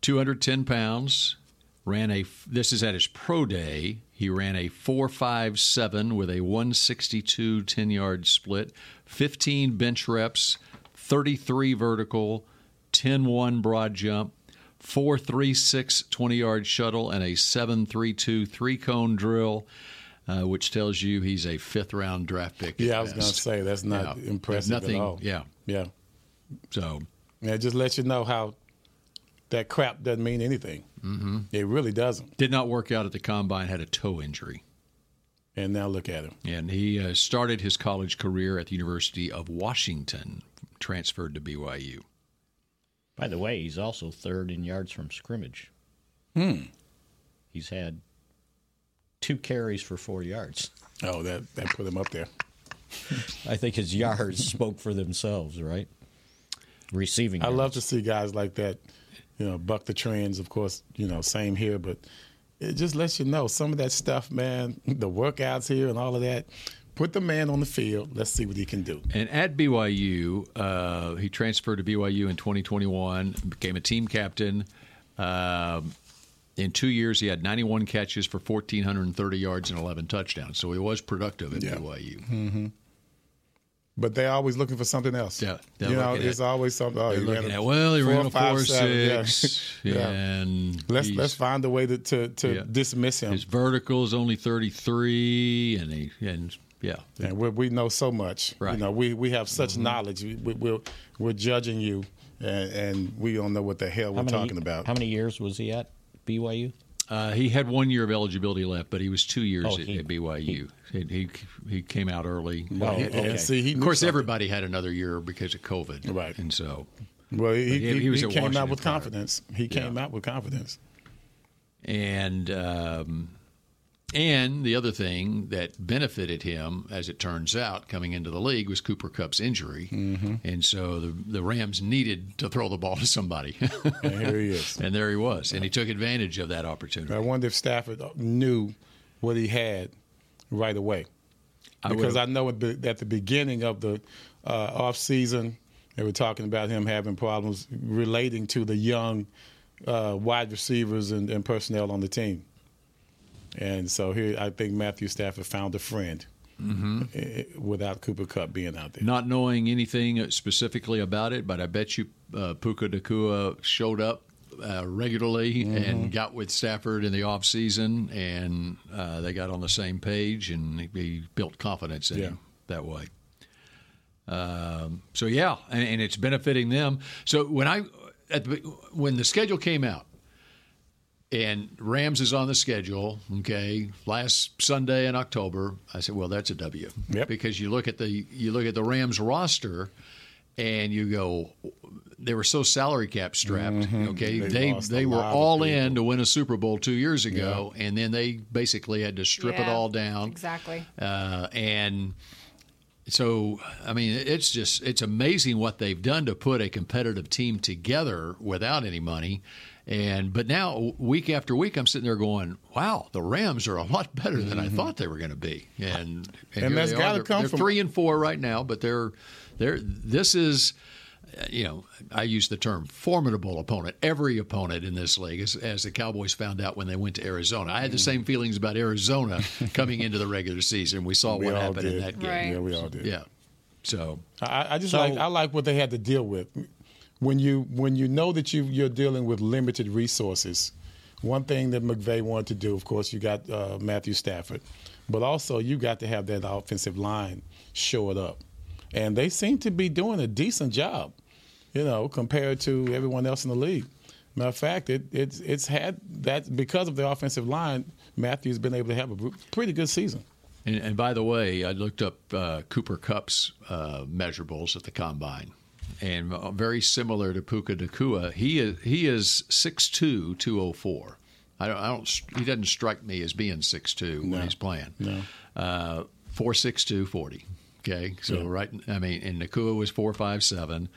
Speaker 1: two hundred ten pounds. Ran a. This is at his pro day. He ran a four five seven with a 162 10 yard split, 15 bench reps, 33 vertical, 10 1 broad jump, 436 20 yard shuttle, and a 732 three cone drill, uh, which tells you he's a fifth round draft pick. at
Speaker 3: Yeah, I was going to
Speaker 1: best.
Speaker 3: say that's not
Speaker 1: Yeah.
Speaker 3: impressive
Speaker 1: Nothing,
Speaker 3: at all.
Speaker 1: Yeah.
Speaker 3: yeah.
Speaker 1: So
Speaker 3: Yeah, it just lets you know how that crap doesn't mean anything. Mm-hmm. It really doesn't.
Speaker 1: did not work out at the combine. Had a toe injury.
Speaker 3: And now look at him.
Speaker 1: And he uh, started his college career at the University of Washington, transferred to BYU.
Speaker 2: By the way, he's also third in yards from scrimmage.
Speaker 3: Hmm.
Speaker 2: He's had two carries for four yards.
Speaker 3: Oh, that, that put him up there.
Speaker 2: I think
Speaker 3: [LAUGHS]
Speaker 2: his yards spoke for themselves, right? Receiving.
Speaker 3: I
Speaker 2: yards.
Speaker 3: love to see guys like that, you know, buck the trends. Of course, you know, same here, but it just lets you know some of that stuff, man. The workouts here and all of that. Put the man on the field. Let's see what he can do.
Speaker 1: And at BYU, uh, he transferred to BYU in 2021, became a team captain. Um, in two years, he had 91 catches for 1,430 yards and 11 touchdowns. So he was productive at BYU.
Speaker 3: Mm-hmm. But they're always looking for something else. Yeah,
Speaker 1: they're
Speaker 3: you know,
Speaker 1: looking at-
Speaker 3: it's always something. Oh,
Speaker 1: they're
Speaker 3: he ran
Speaker 1: looking
Speaker 3: a
Speaker 1: at, well, he
Speaker 3: four,
Speaker 1: ran a
Speaker 3: five,
Speaker 1: four,
Speaker 3: seven,
Speaker 1: six,
Speaker 3: [LAUGHS]
Speaker 1: [LAUGHS]
Speaker 3: yeah.
Speaker 1: and
Speaker 3: let's
Speaker 1: he's-
Speaker 3: let's find a way to to, to
Speaker 1: Yeah.
Speaker 3: dismiss him.
Speaker 1: His vertical is only 33, and he and yeah,
Speaker 3: And we, we know so much. You
Speaker 1: Right. Mm-hmm.
Speaker 3: know, we, we have such knowledge. We, we, we're, we're judging you, and, and we don't know what the hell
Speaker 2: How
Speaker 3: we're
Speaker 2: many-
Speaker 3: talking about.
Speaker 2: How many years was he at BYU?
Speaker 1: Uh, he had one year of eligibility left, but he was two years
Speaker 2: Oh,
Speaker 1: at,
Speaker 2: he-
Speaker 1: at BYU. He, he he came out early.
Speaker 3: Oh,
Speaker 1: And-
Speaker 3: okay.
Speaker 1: and
Speaker 3: See, he
Speaker 1: of
Speaker 3: knew
Speaker 1: course,
Speaker 3: something.
Speaker 1: everybody had another year because of COVID, right? And so,
Speaker 3: Well,
Speaker 1: but
Speaker 3: he, he, he
Speaker 1: at
Speaker 3: came out
Speaker 1: Washington
Speaker 3: with
Speaker 1: prior.
Speaker 3: confidence. He came out with confidence.
Speaker 1: And um, and the other thing that benefited him, as it turns out, coming into the league was Cooper Cup's injury,
Speaker 3: Mm-hmm.
Speaker 1: and so the the Rams needed to throw the ball to somebody. [LAUGHS]
Speaker 3: And here he is.
Speaker 1: and there he was, and he took advantage of that opportunity.
Speaker 3: I wonder if Stafford uh, knew what he had right away.
Speaker 1: I
Speaker 3: Because
Speaker 1: would've-
Speaker 3: I, know at the, at the beginning of the uh, offseason, they were talking about him having problems relating to the young uh, wide receivers and, and personnel on the team. And so here, I think Matthew Stafford found a friend
Speaker 1: Mhm.
Speaker 3: eh, without Cooper Cup being out there.
Speaker 1: Not knowing anything specifically about it, but I bet you uh, Puka Nakua showed up uh, regularly and got with Stafford in the off season, and uh, they got on the same page, and he built confidence in
Speaker 3: Yeah.
Speaker 1: him that way. Um, so yeah, and, and it's benefiting them. So when I at the, when the schedule came out, and Rams is on the schedule. Okay, last Sunday in October, I said, "Well, that's a W," because you look at the you look at the Rams roster, and you go, they were so salary cap strapped.
Speaker 3: Mhm.
Speaker 1: Okay,
Speaker 3: They
Speaker 1: they they,
Speaker 3: lost a
Speaker 1: were
Speaker 3: lot of
Speaker 1: all in to win a Super Bowl two years ago, and then they basically had to strip it
Speaker 4: Yeah,
Speaker 1: all down.
Speaker 4: Exactly.
Speaker 1: Uh, and so, I mean, it's just it's amazing what they've done to put a competitive team together without any money. And but now week after week, I'm sitting there going, "Wow, the Rams are a lot better than I thought they were going to be." And
Speaker 3: Mm-hmm. And
Speaker 1: here
Speaker 3: that's
Speaker 1: they are.
Speaker 3: gotta
Speaker 1: They're-
Speaker 3: come
Speaker 1: they're
Speaker 3: from-
Speaker 1: three and four right now, but they're they're this is. uh, You know, I use the term formidable opponent. Every opponent in this league, as, as the Cowboys found out when they went to Arizona, I had
Speaker 3: Mm.
Speaker 1: the same feelings about Arizona coming into the regular season. We saw
Speaker 3: We
Speaker 1: what
Speaker 3: all
Speaker 1: happened in
Speaker 3: did.
Speaker 1: that game.
Speaker 3: Right. Yeah, we all did.
Speaker 1: Yeah. So
Speaker 3: I, I just
Speaker 1: So-
Speaker 3: like I like what they had to deal with. When you when you know that you you're dealing with limited resources, one thing that McVay wanted to do, of course, you got uh, Matthew Stafford, but also you got to have that offensive line show it up, and they seem to be doing a decent job, you know, compared to everyone else in the league. Matter of fact, it, it's it's had that because of the offensive line, Matthew's been able to have a pretty good season.
Speaker 1: And, and by the way, I looked up uh, Cooper Cup's uh, measurables at the combine, and uh, very similar to Puka Nakua. He is he is 6'2", 204. I don't, I don't. st- He doesn't strike me as being 6'2", when he's playing.
Speaker 3: No.
Speaker 1: Uh, 4'6", 240. Okay, so
Speaker 3: Yeah.
Speaker 1: right. I mean, and Nakua was four five seven.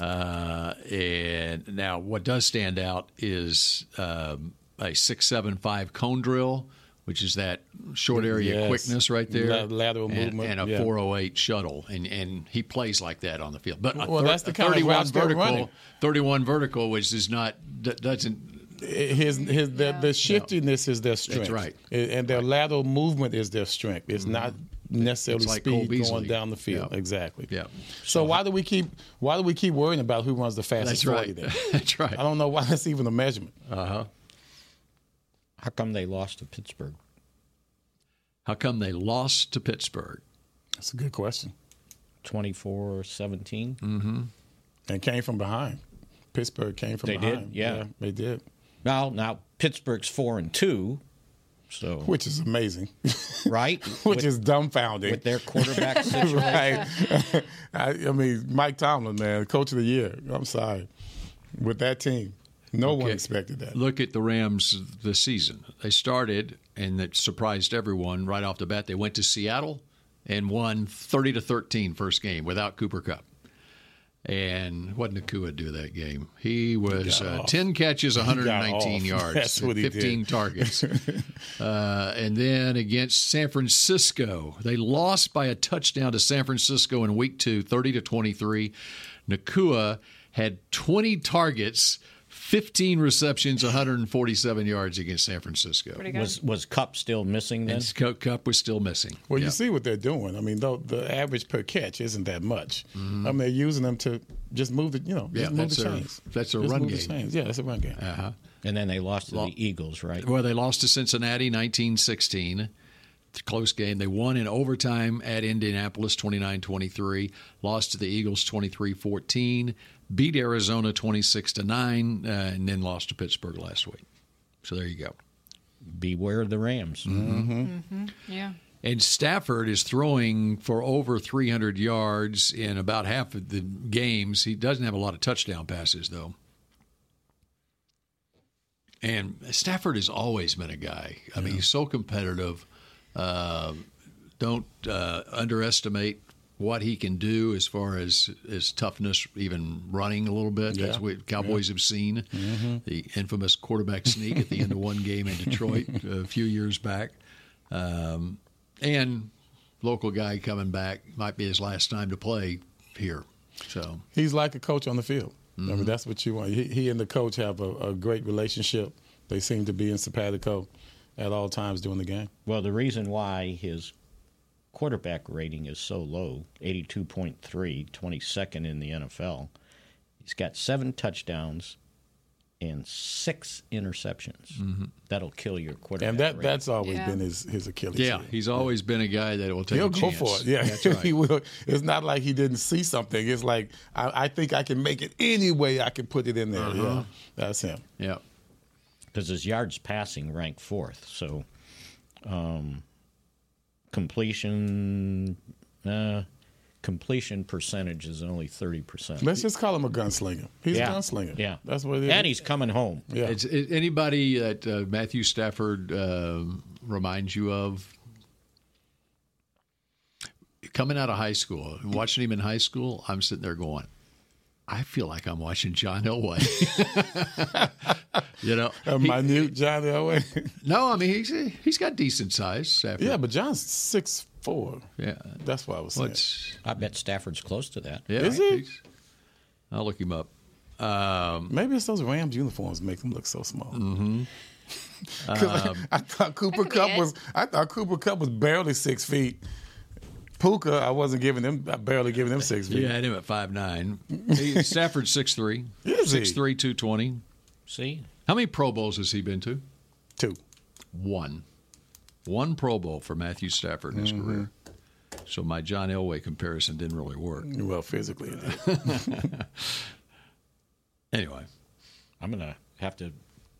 Speaker 1: Uh, and now, what does stand out is um, a six seven five cone drill, which is that short area
Speaker 3: Yes.
Speaker 1: quickness right there,
Speaker 3: La- lateral
Speaker 1: and,
Speaker 3: movement,
Speaker 1: and a
Speaker 3: yeah.
Speaker 1: 408 shuttle, and and he plays like that on the field. But a
Speaker 3: Well,
Speaker 1: thir-
Speaker 3: that's the
Speaker 1: a
Speaker 3: kind of
Speaker 1: 31
Speaker 3: routes they're
Speaker 1: vertical,
Speaker 3: running.
Speaker 1: 31 vertical, which is not that doesn't [LAUGHS]
Speaker 3: his his the, the shiftiness is their strength.
Speaker 1: right. Mm-hmm.
Speaker 3: And and their lateral movement is their strength. It's not necessarily
Speaker 1: It's like Cole
Speaker 3: speed going
Speaker 1: Beasley.
Speaker 3: down the field.
Speaker 1: Yeah.
Speaker 3: Exactly.
Speaker 1: yeah.
Speaker 3: So why do we keep why do we keep worrying about who runs the fastest
Speaker 1: That's
Speaker 3: forty?
Speaker 1: right. [LAUGHS]
Speaker 3: Then
Speaker 1: That's right.
Speaker 3: I don't know why that's even a measurement.
Speaker 1: Uh huh.
Speaker 2: How come they lost to Pittsburgh?
Speaker 1: How come they lost to Pittsburgh?
Speaker 3: That's a good question.
Speaker 2: 24 17?
Speaker 3: Hmm.
Speaker 1: Mm-hmm.
Speaker 3: And came from behind. Pittsburgh came from
Speaker 2: They did,
Speaker 3: behind.
Speaker 2: yeah.
Speaker 3: they did,
Speaker 2: Now, now Pittsburgh's 4 and 2. So,
Speaker 3: [LAUGHS] which is amazing,
Speaker 2: right?
Speaker 3: [LAUGHS] which is dumbfounding.
Speaker 2: with
Speaker 3: [LAUGHS]
Speaker 2: their quarterback situation.
Speaker 3: right. [LAUGHS] I, I mean, Mike Tomlin, man, coach of the year. I'm sorry, with that team, no one
Speaker 1: Okay.
Speaker 3: expected that.
Speaker 1: Look at the Rams this season. They started, and it surprised everyone right off the bat. They went to Seattle and won 30 to 13 first game without Cooper Cup. And what did Nakua do that game? He was
Speaker 3: got
Speaker 1: uh,
Speaker 3: off.
Speaker 1: 10 catches,
Speaker 3: He got
Speaker 1: 119
Speaker 3: off. [LAUGHS]
Speaker 1: yards,
Speaker 3: That's what he did.
Speaker 1: 15
Speaker 3: [LAUGHS]
Speaker 1: targets. uh, and then against San Francisco, they lost by a touchdown to San Francisco in week two, 30 to 23. Nakua had 20 targets, 15 receptions, 147 yards against San Francisco.
Speaker 4: Pretty good.
Speaker 2: Was was Cup still missing then?
Speaker 1: And Co- Cup was still missing.
Speaker 3: Well,
Speaker 1: Yeah.
Speaker 3: you see what they're doing. I mean, though the average per catch isn't that much. I mean, they're using them to just move the, you know,
Speaker 1: Mm-hmm. Yeah,
Speaker 3: just move the
Speaker 1: that's a-
Speaker 3: chains.
Speaker 1: that's a
Speaker 3: Just
Speaker 1: run
Speaker 3: move the
Speaker 1: game.
Speaker 3: chains. Yeah, that's a run game.
Speaker 1: Uh-huh.
Speaker 2: And then they lost to the Eagles, right?
Speaker 1: Well, they lost to Cincinnati 1916. It's a close game. They won in overtime at Indianapolis 29 23. Lost to the Eagles 23 14. Beat Arizona 26 to 9. And then lost to Pittsburgh last week. So there you go.
Speaker 2: Beware the Rams.
Speaker 3: Mm-hmm.
Speaker 4: Yeah.
Speaker 1: And Stafford is throwing for over 300 yards in about half of the games. He doesn't have a lot of touchdown passes, though. And Stafford has always been a guy. I mean, he's so competitive. Uh, don't uh, underestimate what he can do as far as his toughness, even running a little bit,
Speaker 3: Yeah. Mm-hmm.
Speaker 1: as we Cowboys have seen. The infamous quarterback sneak at the end of one game
Speaker 3: [LAUGHS]
Speaker 1: in Detroit a few years back. Um, and local guy coming back might be his last time to play here. So
Speaker 3: He's like a coach on the field. I
Speaker 1: Mm-hmm.
Speaker 3: mean, that's what you want. He, he and the coach have a, a great relationship. They seem to be in simpatico at all times during the game.
Speaker 2: Well, the reason why his quarterback rating is so low 82.3, 22nd in the NFL, he's got seven touchdowns, and six interceptions. That'll kill your quarterback.
Speaker 3: Mm-hmm. And that,
Speaker 2: rating.
Speaker 3: that's always been his, his Achilles
Speaker 1: Yeah,
Speaker 3: heel.
Speaker 1: he's always been a guy that will take.
Speaker 3: He'll
Speaker 1: a
Speaker 3: go
Speaker 1: chance.
Speaker 3: for it. Yeah,
Speaker 1: that's right.
Speaker 3: [LAUGHS] he will. It's not like he didn't see something. It's like I, I think I can make it any way I can put it in there. Yeah,
Speaker 2: Uh-huh.
Speaker 3: that's him.
Speaker 1: Yeah.
Speaker 2: Because his yards passing ranked fourth. So um, completion uh, completion percentage is only 30%.
Speaker 3: Let's just call him a gunslinger. He's
Speaker 2: Yeah.
Speaker 3: a gunslinger.
Speaker 2: Yeah.
Speaker 3: that's what it is.
Speaker 2: And he's coming home.
Speaker 3: Yeah.
Speaker 1: It's, it, anybody that uh, Matthew Stafford uh, reminds you of coming out of high school, watching him in high school, I'm sitting there going, I feel like I'm watching John Elway. [LAUGHS] you know,
Speaker 3: a
Speaker 1: he-
Speaker 3: minute John Elway.
Speaker 1: no, I mean he's he's got decent size. Stafford.
Speaker 3: yeah, but John's six four.
Speaker 1: yeah,
Speaker 3: That's what I was saying.
Speaker 1: what's
Speaker 2: I bet Stafford's close to that.
Speaker 1: yeah?
Speaker 3: Is he?
Speaker 1: he's- I'll look him up. Um,
Speaker 3: Maybe it's those Rams uniforms make them look so small. [LAUGHS] Because I, thought Cooper Cup was I thought Cooper Cup was barely six feet. Puka, I wasn't giving them I barely giving them six feet.
Speaker 1: you had him at five nine. Stafford's six three.
Speaker 3: Is he?
Speaker 1: Six three two twenty.
Speaker 2: See?
Speaker 1: How many Pro Bowls has he been to?
Speaker 3: Two.
Speaker 1: One. One Pro Bowl for Matthew Stafford in his career. So my John Elway comparison didn't really work.
Speaker 3: Well, physically. it is.
Speaker 1: Anyway,
Speaker 2: I'm going to have to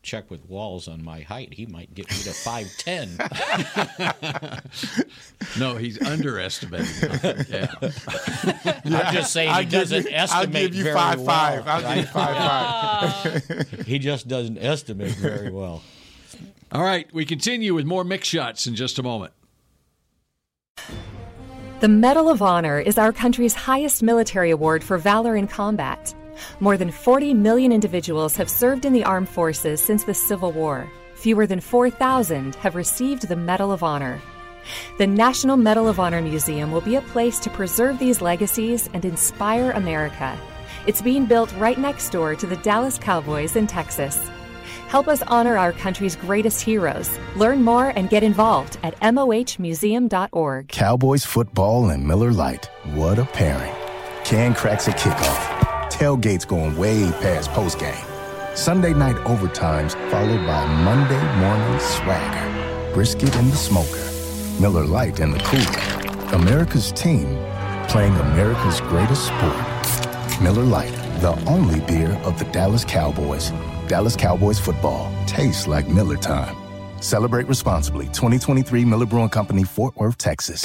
Speaker 2: check with Walls on my height. He might get me
Speaker 3: [LAUGHS]
Speaker 2: to 5'10.
Speaker 1: no, [LAUGHS] he's underestimating. him. Yeah. [LAUGHS]
Speaker 2: I'm just saying he
Speaker 3: I'll give
Speaker 2: doesn't
Speaker 3: you-
Speaker 2: estimate
Speaker 3: I'll give you
Speaker 2: very
Speaker 3: five
Speaker 2: well.
Speaker 3: five. I'll give you five
Speaker 1: [LAUGHS]
Speaker 3: five.
Speaker 2: He just doesn't estimate very well.
Speaker 1: All right, we continue with more mix shots in just a moment.
Speaker 5: The Medal of Honor is our country's highest military award for valor in combat. More than 40 million individuals have served in the armed forces since the Civil War. Fewer than 4,000 have received the Medal of Honor. The National Medal of Honor Museum will be a place to preserve these legacies and inspire America. It's being built right next door to the Dallas Cowboys in Texas. Help us honor our country's greatest heroes. Learn more and get involved at mohmuseum.org.
Speaker 6: Cowboys football and Miller Lite. What a pairing. Can cracks a kickoff. Tailgates going way past postgame. Sunday night overtimes followed by Monday morning swagger. Brisket in the smoker. Miller Lite in the cooler. America's team playing America's greatest sport. Miller Lite, the only beer of the Dallas Cowboys. Dallas Cowboys football tastes like Miller time. Celebrate responsibly. 2023 Miller Brewing Company, Fort Worth, Texas.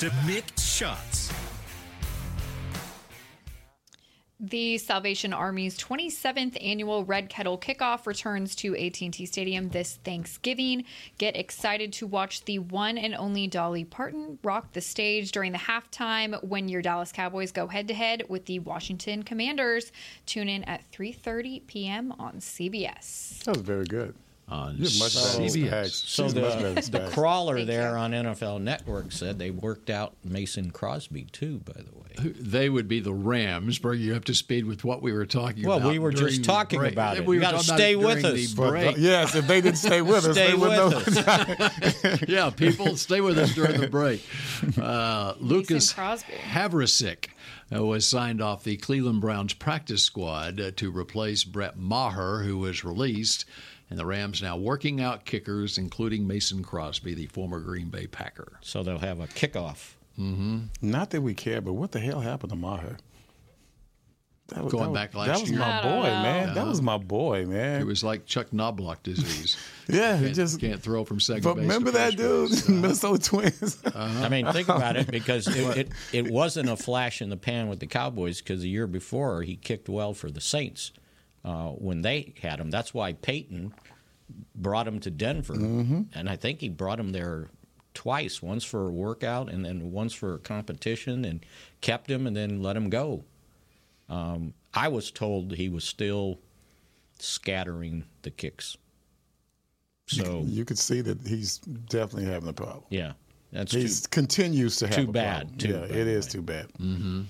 Speaker 8: To mix shots.
Speaker 4: The Salvation Army's 27th annual Red Kettle Kickoff returns to AT&T Stadium this Thanksgiving. Get excited to watch the one and only Dolly Parton rock the stage during the halftime when your Dallas Cowboys go head-to-head with the Washington Commanders. Tune in at 3:30 p.m. on CBS.
Speaker 3: That was very good.
Speaker 1: on
Speaker 3: You're much better with
Speaker 1: CBS.
Speaker 3: bags.
Speaker 2: So
Speaker 3: She's much better
Speaker 2: the,
Speaker 3: with
Speaker 2: the
Speaker 3: bags.
Speaker 2: crawler there on NFL Network said they worked out Mason Crosby too. By the way,
Speaker 1: They would be the Rams. Bring you up to speed with what we were talking
Speaker 2: Well,
Speaker 1: about.
Speaker 2: we were
Speaker 1: during
Speaker 2: just
Speaker 1: the
Speaker 2: talking
Speaker 1: break.
Speaker 2: about it.
Speaker 1: We
Speaker 2: You
Speaker 1: were
Speaker 2: gotta
Speaker 1: talking
Speaker 2: stay
Speaker 1: about it
Speaker 2: with
Speaker 1: during
Speaker 2: us.
Speaker 1: the
Speaker 2: But,
Speaker 1: break.
Speaker 2: uh, yes, if they didn't stay with us, Stay they would with
Speaker 3: [LAUGHS]
Speaker 2: know.
Speaker 1: yeah, people, stay with
Speaker 2: [LAUGHS]
Speaker 1: us during the break. Uh, Lucas Havrasik uh, was signed off the Cleveland Browns practice squad uh, to replace Brett Maher, who was released. And the Rams now working out kickers, including Mason Crosby, the former Green Bay Packer.
Speaker 2: So they'll have a kickoff.
Speaker 1: Mm-hmm.
Speaker 3: Not that we care, but what the hell happened to Maher? That
Speaker 1: Going
Speaker 3: that
Speaker 1: back last
Speaker 3: That was
Speaker 1: year.
Speaker 3: my
Speaker 1: I don't
Speaker 3: boy,
Speaker 1: know.
Speaker 3: man. That
Speaker 1: Yeah.
Speaker 3: was my boy, man.
Speaker 1: It was like Chuck
Speaker 2: [LAUGHS]
Speaker 1: Knobloch disease.
Speaker 3: Yeah, he
Speaker 1: can't,
Speaker 3: just-
Speaker 1: can't throw from second
Speaker 3: But
Speaker 1: base.
Speaker 3: remember
Speaker 1: to
Speaker 3: that
Speaker 1: first
Speaker 3: dude, Minnesota
Speaker 2: [LAUGHS]
Speaker 3: Twins.
Speaker 2: I mean, think about it because it, it, it wasn't a flash in the pan with the Cowboys because the year before he kicked well for the Saints uh, when they had him. That's why Peyton brought him to Denver,
Speaker 3: Mhm.
Speaker 2: and I think he brought him there twice, once for a workout and then once for a competition, and kept him and then let him go. Um, I was told he was still scattering the kicks.
Speaker 3: [LAUGHS]
Speaker 2: So
Speaker 3: you could see that he's definitely having a problem.
Speaker 2: yeah, that's
Speaker 3: he
Speaker 2: too-
Speaker 3: continues to have
Speaker 2: too
Speaker 3: a
Speaker 2: bad,
Speaker 3: problem.
Speaker 2: too
Speaker 3: yeah,
Speaker 2: bad, Mm.
Speaker 3: it is too bad.
Speaker 1: Mm-hmm.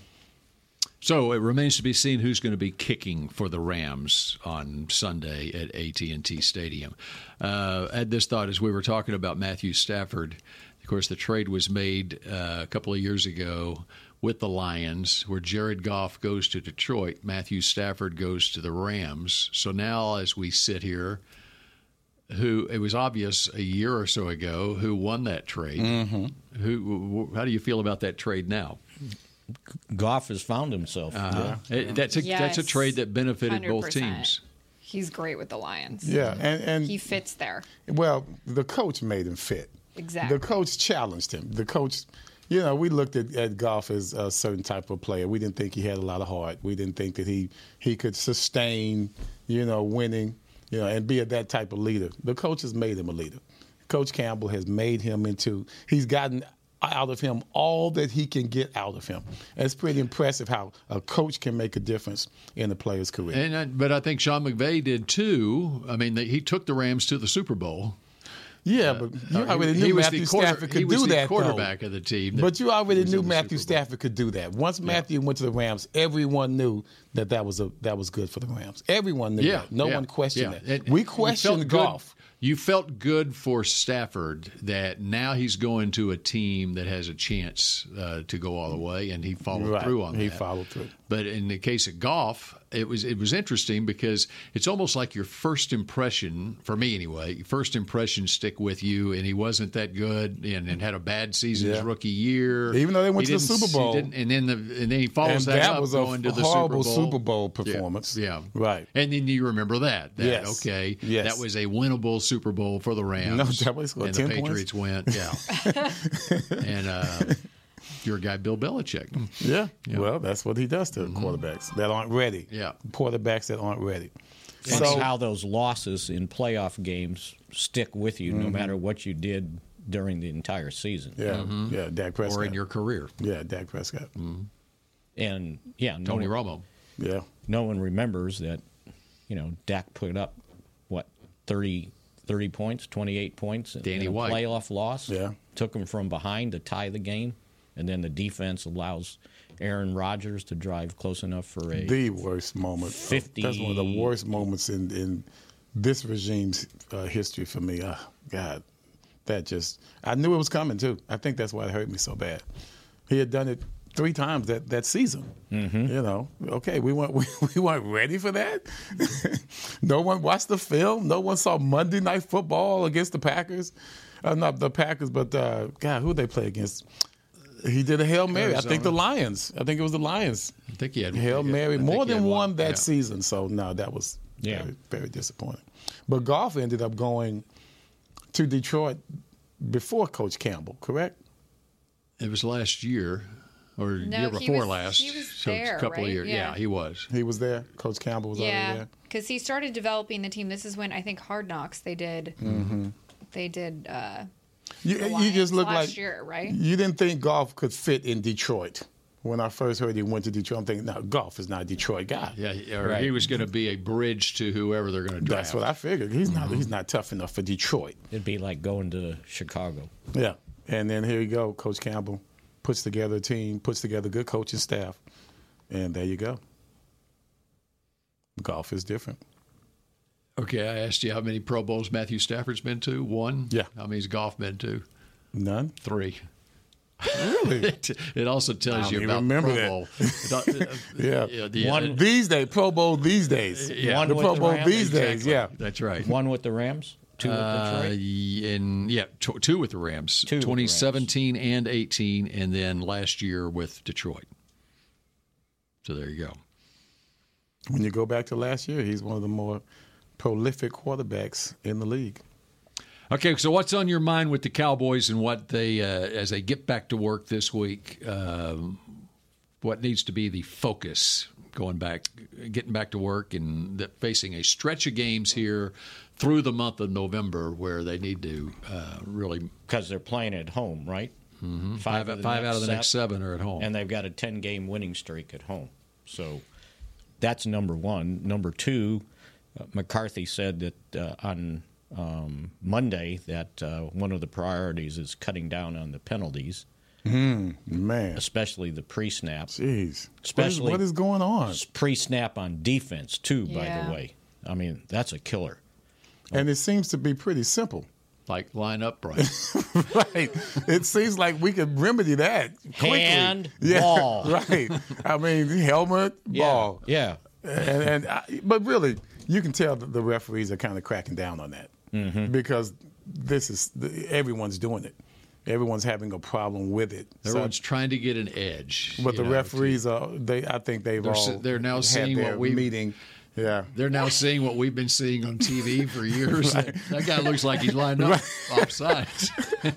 Speaker 1: So it remains to be seen who's going to be kicking for the Rams on Sunday at AT&T Stadium. Uh, I had this thought as we were talking about Matthew Stafford. Of course, the trade was made uh, a couple of years ago with the Lions, where Jared Goff goes to Detroit, Matthew Stafford goes to the Rams. So now, as we sit here, who it was obvious a year or so ago who won that trade.
Speaker 3: Mhm.
Speaker 1: Who? wh- How do you feel about that trade now?
Speaker 2: Goff has found himself.
Speaker 1: Uh-huh. It- that's a that's a
Speaker 4: Yes.
Speaker 1: trade that benefited both
Speaker 4: 100%.
Speaker 1: teams.
Speaker 4: He's great with the Lions.
Speaker 3: Yeah, and- and-
Speaker 4: he fits there.
Speaker 3: Well, the coach made him fit.
Speaker 4: Exactly.
Speaker 3: The coach challenged him. The coach, you know, we looked at, at golf as a certain type of player. We didn't think he had a lot of heart. We didn't think that he he could sustain, you know, winning, you know, and be a, that type of leader. The coach has made him a leader. Coach Campbell has made him into. He's gotten out of him all that he can get out of him. It's pretty impressive how a coach can make a difference in a player's career.
Speaker 1: And I, but I think Sean McVay did too. I mean, they, he took the Rams to the Super Bowl.
Speaker 3: Yeah, but you
Speaker 1: Uh, he-
Speaker 3: already
Speaker 1: he
Speaker 3: knew
Speaker 1: was the
Speaker 3: Matthew
Speaker 1: quarter-
Speaker 3: Stafford could
Speaker 1: he was
Speaker 3: do
Speaker 1: the
Speaker 3: that. though.
Speaker 1: quarterback of the team that
Speaker 3: But you already
Speaker 1: was
Speaker 3: knew
Speaker 1: in the
Speaker 3: Matthew Stafford could do that. Once Matthew went to the Rams, everyone knew that that was a that was good for the Rams. Everyone knew
Speaker 1: Yeah,
Speaker 3: that. No
Speaker 1: yeah,
Speaker 3: one questioned
Speaker 1: yeah.
Speaker 3: that.
Speaker 1: It-
Speaker 3: we
Speaker 1: you felt
Speaker 3: questioned
Speaker 1: good-
Speaker 3: golf.
Speaker 1: You felt good for Stafford that now he's going to a team that has a chance uh, to go all the way, and he followed
Speaker 3: Right.
Speaker 1: through on
Speaker 3: He
Speaker 1: that.
Speaker 3: followed through.
Speaker 1: But in the case of golf, it was it was interesting because it's almost like your first impression, for me anyway, your first impressions stick with you, and he wasn't that good, and, and had a bad season his
Speaker 3: Yeah.
Speaker 1: rookie year,
Speaker 3: Even though they went
Speaker 1: He
Speaker 3: to the
Speaker 1: didn't-
Speaker 3: Super
Speaker 1: he
Speaker 3: Bowl.
Speaker 1: didn't- and then the and then he
Speaker 3: And
Speaker 1: follows that,
Speaker 3: that
Speaker 1: up
Speaker 3: was a
Speaker 1: going to the
Speaker 3: horrible
Speaker 1: Super Bowl,
Speaker 3: Super Bowl
Speaker 1: Yeah.
Speaker 3: performance.
Speaker 1: Yeah,
Speaker 3: Right.
Speaker 1: And then you remember that. that
Speaker 3: Yes.
Speaker 1: Okay.
Speaker 3: Yes.
Speaker 1: That was a winnable Super Bowl for the Rams.
Speaker 3: No, that was, what,
Speaker 1: and
Speaker 3: 10
Speaker 1: the
Speaker 3: points?
Speaker 1: Patriots went. Yeah.
Speaker 3: [LAUGHS]
Speaker 1: and uh, your guy Bill Belichick.
Speaker 3: Yeah. Well, that's what he does to quarterbacks that aren't ready.
Speaker 1: Mm-hmm. Yeah.
Speaker 3: Quarterbacks that aren't ready.
Speaker 2: Funny how those losses in playoff games stick with you no
Speaker 3: Mhm.
Speaker 2: matter what you did during the entire season.
Speaker 3: Yeah, yeah, Dak Prescott.
Speaker 1: Mm-hmm. Or in your Mm-hmm. career.
Speaker 3: Yeah, Dak Prescott.
Speaker 2: And yeah, no
Speaker 1: Tony
Speaker 2: one-
Speaker 1: Romo.
Speaker 3: Yeah.
Speaker 2: No one remembers that, you know, Dak put up what 30, 30 points, 28 points in-
Speaker 1: Danny
Speaker 2: in a
Speaker 1: White.
Speaker 2: playoff loss.
Speaker 3: Yeah.
Speaker 2: Took him from behind to tie the game and then the defense allows Aaron Rodgers to drive close enough for a
Speaker 3: the worst moment.
Speaker 2: 50
Speaker 3: That's one of the worst moments in in this regime's uh, history for me. Oh, God, that just I knew it was coming too. I think that's why it hurt me so bad. He had done it three times that that season.
Speaker 1: Mm-hmm.
Speaker 3: You know, okay, we weren't [LAUGHS] we, we weren't ready for that. [LAUGHS] no one watched the film. No one saw Monday Night Football against the Packers. Uh, not the Packers, but uh, God, who they play against? He did a hail mary. I think the
Speaker 1: Arizona.
Speaker 3: Lions. I think it was the Lions.
Speaker 1: I think he had
Speaker 3: Hail
Speaker 1: he had- I
Speaker 3: Mary
Speaker 1: think
Speaker 3: more
Speaker 1: he had
Speaker 3: than one that
Speaker 1: yeah.
Speaker 3: season. So no, that was
Speaker 2: Yeah.
Speaker 3: very, very disappointing. But golf ended up going to Detroit before Coach Campbell, correct?
Speaker 1: It was last year or
Speaker 4: No,
Speaker 1: year
Speaker 4: he
Speaker 1: before
Speaker 4: was-
Speaker 1: last.
Speaker 4: he was
Speaker 1: so it's
Speaker 4: there,
Speaker 1: a couple
Speaker 4: right?
Speaker 1: of years.
Speaker 4: Yeah.
Speaker 1: he was.
Speaker 3: He was there. Coach Campbell was
Speaker 4: Yeah,
Speaker 3: already
Speaker 4: because he started developing the team. This is when I think Hard Knocks they did.
Speaker 3: there. Mm-hmm.
Speaker 4: They did. Uh,
Speaker 3: You,
Speaker 4: the
Speaker 3: you
Speaker 4: Lions
Speaker 3: just look
Speaker 4: last
Speaker 3: like
Speaker 4: year, right?
Speaker 3: you didn't think golf could fit in Detroit. when I first heard he went to Detroit, I'm thinking, no, golf is not a Detroit guy.
Speaker 1: Yeah, he- or he was going to be a bridge to whoever they're going to draft.
Speaker 3: That's what I figured. He's not he's not tough enough for Detroit.
Speaker 2: It'd be like going to Chicago.
Speaker 3: Yeah. And then here you go, Coach Campbell puts together a team, puts together good coaching staff, and there you go. Golf is different.
Speaker 1: Okay, I asked you how many Pro Bowls Matthew Stafford's been to. One. Yeah. How many's golf been to?
Speaker 3: None.
Speaker 1: Three. Really? [LAUGHS] it, it also tells
Speaker 3: I
Speaker 1: you
Speaker 3: don't
Speaker 1: about
Speaker 3: even remember
Speaker 1: Pro
Speaker 3: that.
Speaker 1: Bowl. It
Speaker 3: [LAUGHS]
Speaker 1: don't- uh,
Speaker 3: Yeah.
Speaker 1: the- uh,
Speaker 3: One these days, Pro Bowl these days.
Speaker 1: Yeah.
Speaker 3: the Pro Bowl these days.
Speaker 1: Exactly.
Speaker 3: Yeah.
Speaker 1: That's right.
Speaker 2: One with the Rams, two with
Speaker 1: Uh,
Speaker 2: Detroit.
Speaker 1: and yeah, tw- two with the Rams,
Speaker 2: with the Rams.
Speaker 1: 2017 and 18, and then last year with Detroit. So there you go.
Speaker 3: When you go back to last year, he's one of the more prolific quarterbacks in the league.
Speaker 1: Okay, so what's on your mind with the Cowboys and what they, uh, as they get back to work this week, um, what needs to be the focus going back, getting back to work and that facing a stretch of games here through the month of November where they need to uh, really.
Speaker 2: Because they're playing at home, right? Mm-hmm.
Speaker 1: Five- five out of the next seven are at home.
Speaker 2: And they've got a 10 game winning streak at home. So that's number one. Number two, uh, McCarthy said that uh, on um, Monday that uh, one of the priorities is cutting down on the penalties.
Speaker 3: Hmm, man.
Speaker 2: Especially the pre snap.
Speaker 3: Jeez.
Speaker 2: Especially
Speaker 3: what is going on?
Speaker 2: Pre snap on defense, too, by
Speaker 1: Yeah.
Speaker 2: the way. I mean, that's a killer.
Speaker 3: And it seems to be pretty simple. [LAUGHS]
Speaker 1: Like line up right.
Speaker 2: [LAUGHS]
Speaker 3: right. It seems like we could remedy that quickly.
Speaker 2: Hand,
Speaker 3: [LAUGHS] yeah,
Speaker 2: ball.
Speaker 3: Right. I mean, helmet, ball.
Speaker 2: Yeah.
Speaker 3: And, and I, but really, you can tell that the referees are kind of cracking down on that
Speaker 2: Mm-hmm.
Speaker 3: because this is everyone's doing it. Everyone's having a problem with it. So-
Speaker 1: Everyone's trying to get an edge.
Speaker 3: but
Speaker 1: you
Speaker 3: the
Speaker 1: know,
Speaker 3: referees are they. I think they've
Speaker 1: They're s-
Speaker 3: all
Speaker 1: they're now
Speaker 3: had
Speaker 1: seeing
Speaker 3: their
Speaker 1: what we-
Speaker 3: meeting. Yeah.
Speaker 1: They're now seeing what we've been seeing on TV for years.
Speaker 3: [LAUGHS] Right.
Speaker 1: That guy looks like he's lined up offsides.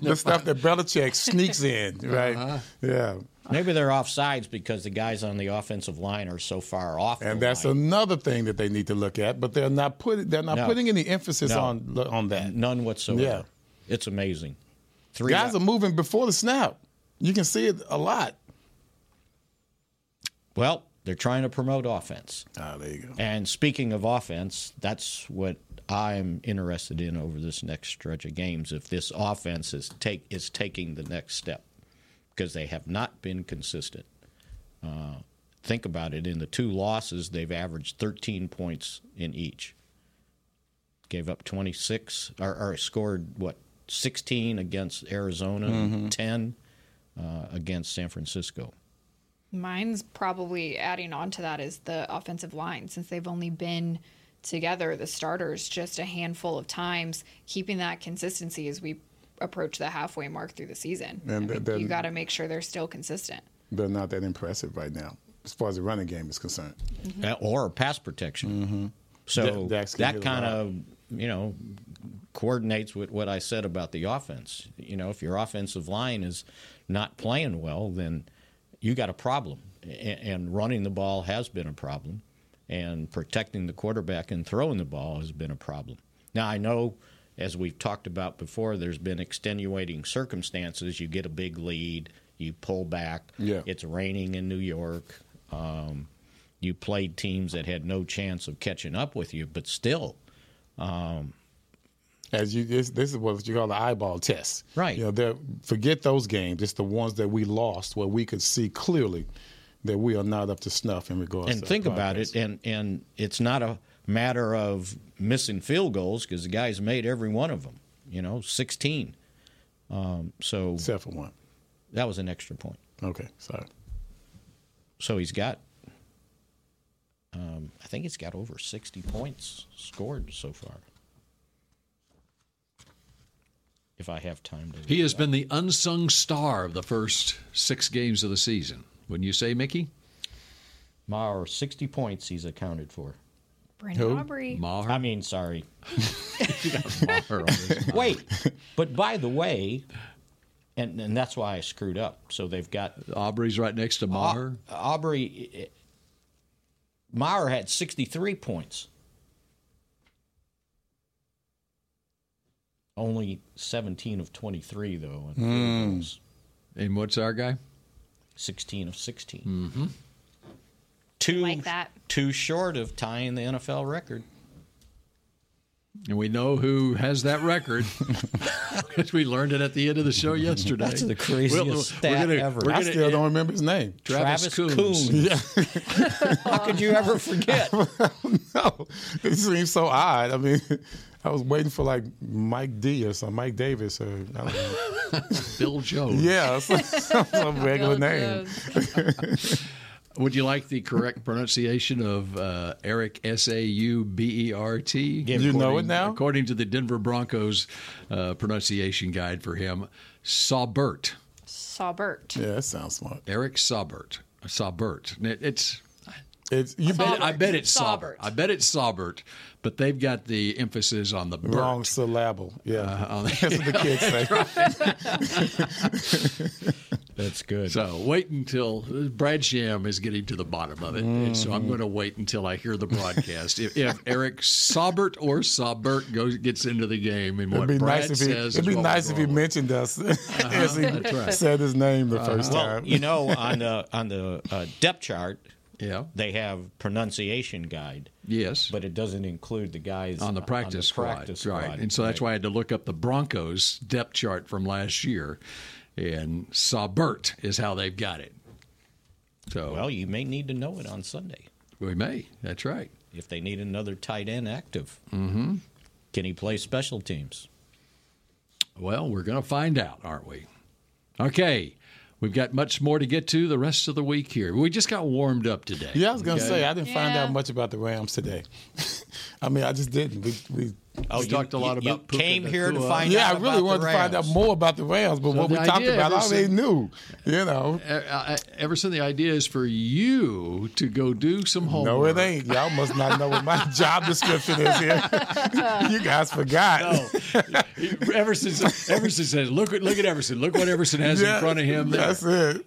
Speaker 3: [LAUGHS] the stuff that Belichick sneaks in, right?
Speaker 2: Uh-huh.
Speaker 3: Yeah.
Speaker 2: Maybe they're off sides because the guys on the offensive line are so far off.
Speaker 3: And that's another thing that they need to look at, but they're not putting they're not
Speaker 2: No.
Speaker 3: putting any emphasis
Speaker 2: No.
Speaker 3: on on that.
Speaker 2: None whatsoever.
Speaker 3: Yeah.
Speaker 2: It's amazing. Three
Speaker 3: Guys are moving before the snap. You can see it a lot.
Speaker 2: Well, they're trying to promote offense.
Speaker 3: Ah, there you go.
Speaker 2: And speaking of offense, that's what I'm interested in over this next stretch of games. If this offense is take is taking the next step, because they have not been consistent. Uh, think about it. In the two losses, they've averaged 13 points in each. Gave up 26, or, or scored what 16 against Arizona,
Speaker 4: Mhm.
Speaker 2: 10 uh, against San Francisco.
Speaker 4: Mine's probably adding on to that is the offensive line, since they've only been together, the starters, just a handful of times, keeping that consistency as we approach the halfway mark through the season.
Speaker 3: And
Speaker 4: I mean,
Speaker 3: then-
Speaker 4: you got to make sure they're still consistent.
Speaker 3: They're not that impressive right now, as far as the running game is concerned.
Speaker 2: Uh, or pass protection. So
Speaker 3: Da- Dax can
Speaker 2: that
Speaker 3: hit a
Speaker 2: kind of you know coordinates with what I said about the offense. You know, if your offensive line is not playing well, then you got a problem. A- And running the ball has been a problem, and protecting the quarterback and throwing the ball has been a problem. Now I know. As we've talked about before, there's been extenuating circumstances. You get a big lead, you pull back.
Speaker 3: Yeah.
Speaker 2: It's raining in New York. Um, you played teams that had no chance of catching up with you, but still, um,
Speaker 3: As you this, this is what you call the eyeball test.
Speaker 2: Right.
Speaker 3: You know, they're- forget those games. It's the ones that we lost where we could see clearly that we are not up to snuff in regards
Speaker 2: and
Speaker 3: to
Speaker 2: think about it, and and it's not a matter of missing field goals because the guys made every one of them. You know, sixteen. Um, so
Speaker 3: except for one,
Speaker 2: that was an extra point.
Speaker 3: Okay, sorry.
Speaker 2: So he's got, um, I think he's got over sixty points scored so far. If I have time to,
Speaker 1: He has been the unsung star of the first six games of the season. Wouldn't you say, Mickey?
Speaker 2: Maher, sixty points he's accounted for.
Speaker 4: Brandon Who? Aubrey.
Speaker 1: Maher.
Speaker 2: I mean, [LAUGHS] sorry.
Speaker 1: Maher on his mind.
Speaker 2: Wait, but by the way, and and that's why I screwed up. So they've got
Speaker 1: Aubrey's right next to Maher.
Speaker 2: Aubrey. eh, Maher had sixty three points. Only seventeen of twenty three though.
Speaker 1: Hmm. And what's our guy?
Speaker 2: 16 of 16.
Speaker 1: Mm-hmm.
Speaker 2: Too,
Speaker 4: like that.
Speaker 2: too short of tying the NFL record.
Speaker 1: And we know who has that record [LAUGHS] because we learned it at the end of the show yesterday.
Speaker 2: That's the craziest stat ever.
Speaker 3: I still don't remember his name. [LAUGHS]
Speaker 1: Travis Travis Coons. Coons.
Speaker 2: [LAUGHS] How could you ever [LAUGHS] forget?
Speaker 3: no, it seems so odd. I mean, [LAUGHS] I was waiting for like Mike D or some Mike Davis or I don't [LAUGHS] know.
Speaker 1: Bill Jones.
Speaker 3: yeah, some, some
Speaker 1: [LAUGHS]
Speaker 3: regular name.
Speaker 1: Would you like the correct pronunciation of uh, Eric S A U B E R T?
Speaker 3: You know it now?
Speaker 1: According to the Denver Broncos uh, pronunciation guide for him, Saubert.
Speaker 4: Saubert.
Speaker 3: Yeah, that sounds smart.
Speaker 1: Eric Saubert. Saubert. It- It's.
Speaker 3: It's you
Speaker 1: I bet, I
Speaker 4: Saubert.
Speaker 1: bet it's Saubert.
Speaker 4: Saubert.
Speaker 1: I bet it's Saubert, but they've got the emphasis on the Bert. Uh, oh,
Speaker 3: wrong syllable. Yeah, [LAUGHS]
Speaker 1: on-
Speaker 3: that's what the
Speaker 1: [LAUGHS]
Speaker 3: kids say.
Speaker 2: That's good.
Speaker 1: So wait until Brad Sham is getting to the bottom of it, and so I'm going to wait until I hear the broadcast. if, if Eric Saubert or Saubert goes gets into the game, and what
Speaker 3: It'd be
Speaker 1: Brad
Speaker 3: nice if he,
Speaker 1: says, Uh,
Speaker 3: it'd be
Speaker 1: is what
Speaker 3: nice
Speaker 1: we're
Speaker 3: if he
Speaker 1: going with.
Speaker 3: mentioned us [LAUGHS] as he
Speaker 1: that's right.
Speaker 3: said his name
Speaker 1: uh,
Speaker 3: the first
Speaker 2: Well,
Speaker 3: time.
Speaker 2: you know, on the on the uh, depth chart,
Speaker 1: yeah,
Speaker 2: they have pronunciation guide,
Speaker 1: yes,
Speaker 2: but it doesn't include the guys
Speaker 1: on the practice, squad,
Speaker 2: practice
Speaker 1: right? And so that's why I had to look up the Broncos depth chart from last year, and Saubert is how they've got it. So
Speaker 2: Well, you may need to know it on Sunday
Speaker 1: we may. That's right.
Speaker 2: if they need another tight end active. Mm-hmm. Can he play special teams?
Speaker 1: Well, we're going to find out, aren't we? Okay. We've got much more to get to the rest of the week here. We just got warmed up today.
Speaker 3: yeah, I was gonna
Speaker 1: okay?
Speaker 3: say I didn't find
Speaker 4: Yeah.
Speaker 3: out much about the Rams today. [LAUGHS] I mean, I just didn't. We, we
Speaker 1: Oh, we talked a lot
Speaker 2: you- you
Speaker 1: about Puka
Speaker 2: came here to
Speaker 1: Nakua.
Speaker 2: find
Speaker 3: yeah, I
Speaker 2: out about
Speaker 3: really
Speaker 2: the
Speaker 3: wanted to find out
Speaker 2: Rams.
Speaker 3: more about the Rams, but what
Speaker 1: the
Speaker 3: we talked
Speaker 1: idea
Speaker 3: about, I
Speaker 1: was
Speaker 3: already
Speaker 1: that-
Speaker 3: knew. You
Speaker 1: [LAUGHS]
Speaker 3: know,
Speaker 1: Uh, uh, Everson, the idea is for you to go do some homework.
Speaker 3: no, it ain't. Y'all must not know what
Speaker 1: [LAUGHS]
Speaker 3: my job description is here. [LAUGHS] you guys forgot.
Speaker 1: [LAUGHS] Everson, Everson says, "Look, at- look at Everson. Look what Everson has in
Speaker 3: Yeah,
Speaker 1: front of him. There.
Speaker 3: That's it.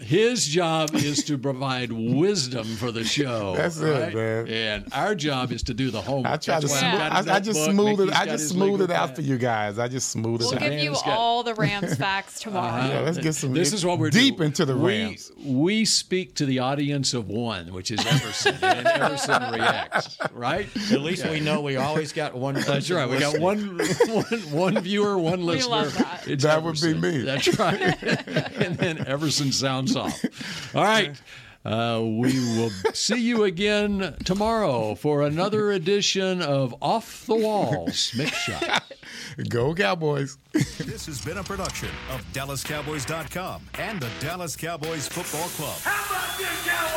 Speaker 1: His job is to provide wisdom for the show.
Speaker 3: [LAUGHS] That's it,
Speaker 1: right?
Speaker 3: man.
Speaker 1: And our job is to do the homework.
Speaker 3: I tried to.
Speaker 1: That's why
Speaker 3: Smooth,
Speaker 1: I've got his
Speaker 3: I, I just
Speaker 1: notebook.
Speaker 3: smoothed it.
Speaker 1: Mickey's
Speaker 3: I
Speaker 1: got
Speaker 3: just
Speaker 1: his
Speaker 3: smoothed it
Speaker 1: legal
Speaker 3: out
Speaker 1: pad.
Speaker 3: for you guys. I just smoothed
Speaker 4: We'll
Speaker 3: it
Speaker 4: give
Speaker 3: out.
Speaker 4: you
Speaker 1: Rams got-
Speaker 4: all the Rams [LAUGHS] facts tomorrow.
Speaker 3: Yeah, let's get some.
Speaker 1: This is what we're
Speaker 3: deep
Speaker 1: doing.
Speaker 3: into the
Speaker 1: We-
Speaker 3: Rams.
Speaker 1: We, speak to the audience of one, which is Emerson,
Speaker 2: [LAUGHS]
Speaker 1: and Emerson reacts. Right?
Speaker 2: At least we know we always got one.
Speaker 1: That's right. We got one, one, one viewer, one listener.
Speaker 4: love that.
Speaker 1: It's
Speaker 3: That would be
Speaker 1: Everson.
Speaker 3: me.
Speaker 1: That's right. [LAUGHS] and then Everson sounds off. All right. Uh, we will see you again tomorrow for another edition of Off the Walls Mix Shot.
Speaker 3: Go Cowboys.
Speaker 10: This has been a production of DallasCowboys.com and the Dallas Cowboys Football Club.
Speaker 11: How about this, Cowboys?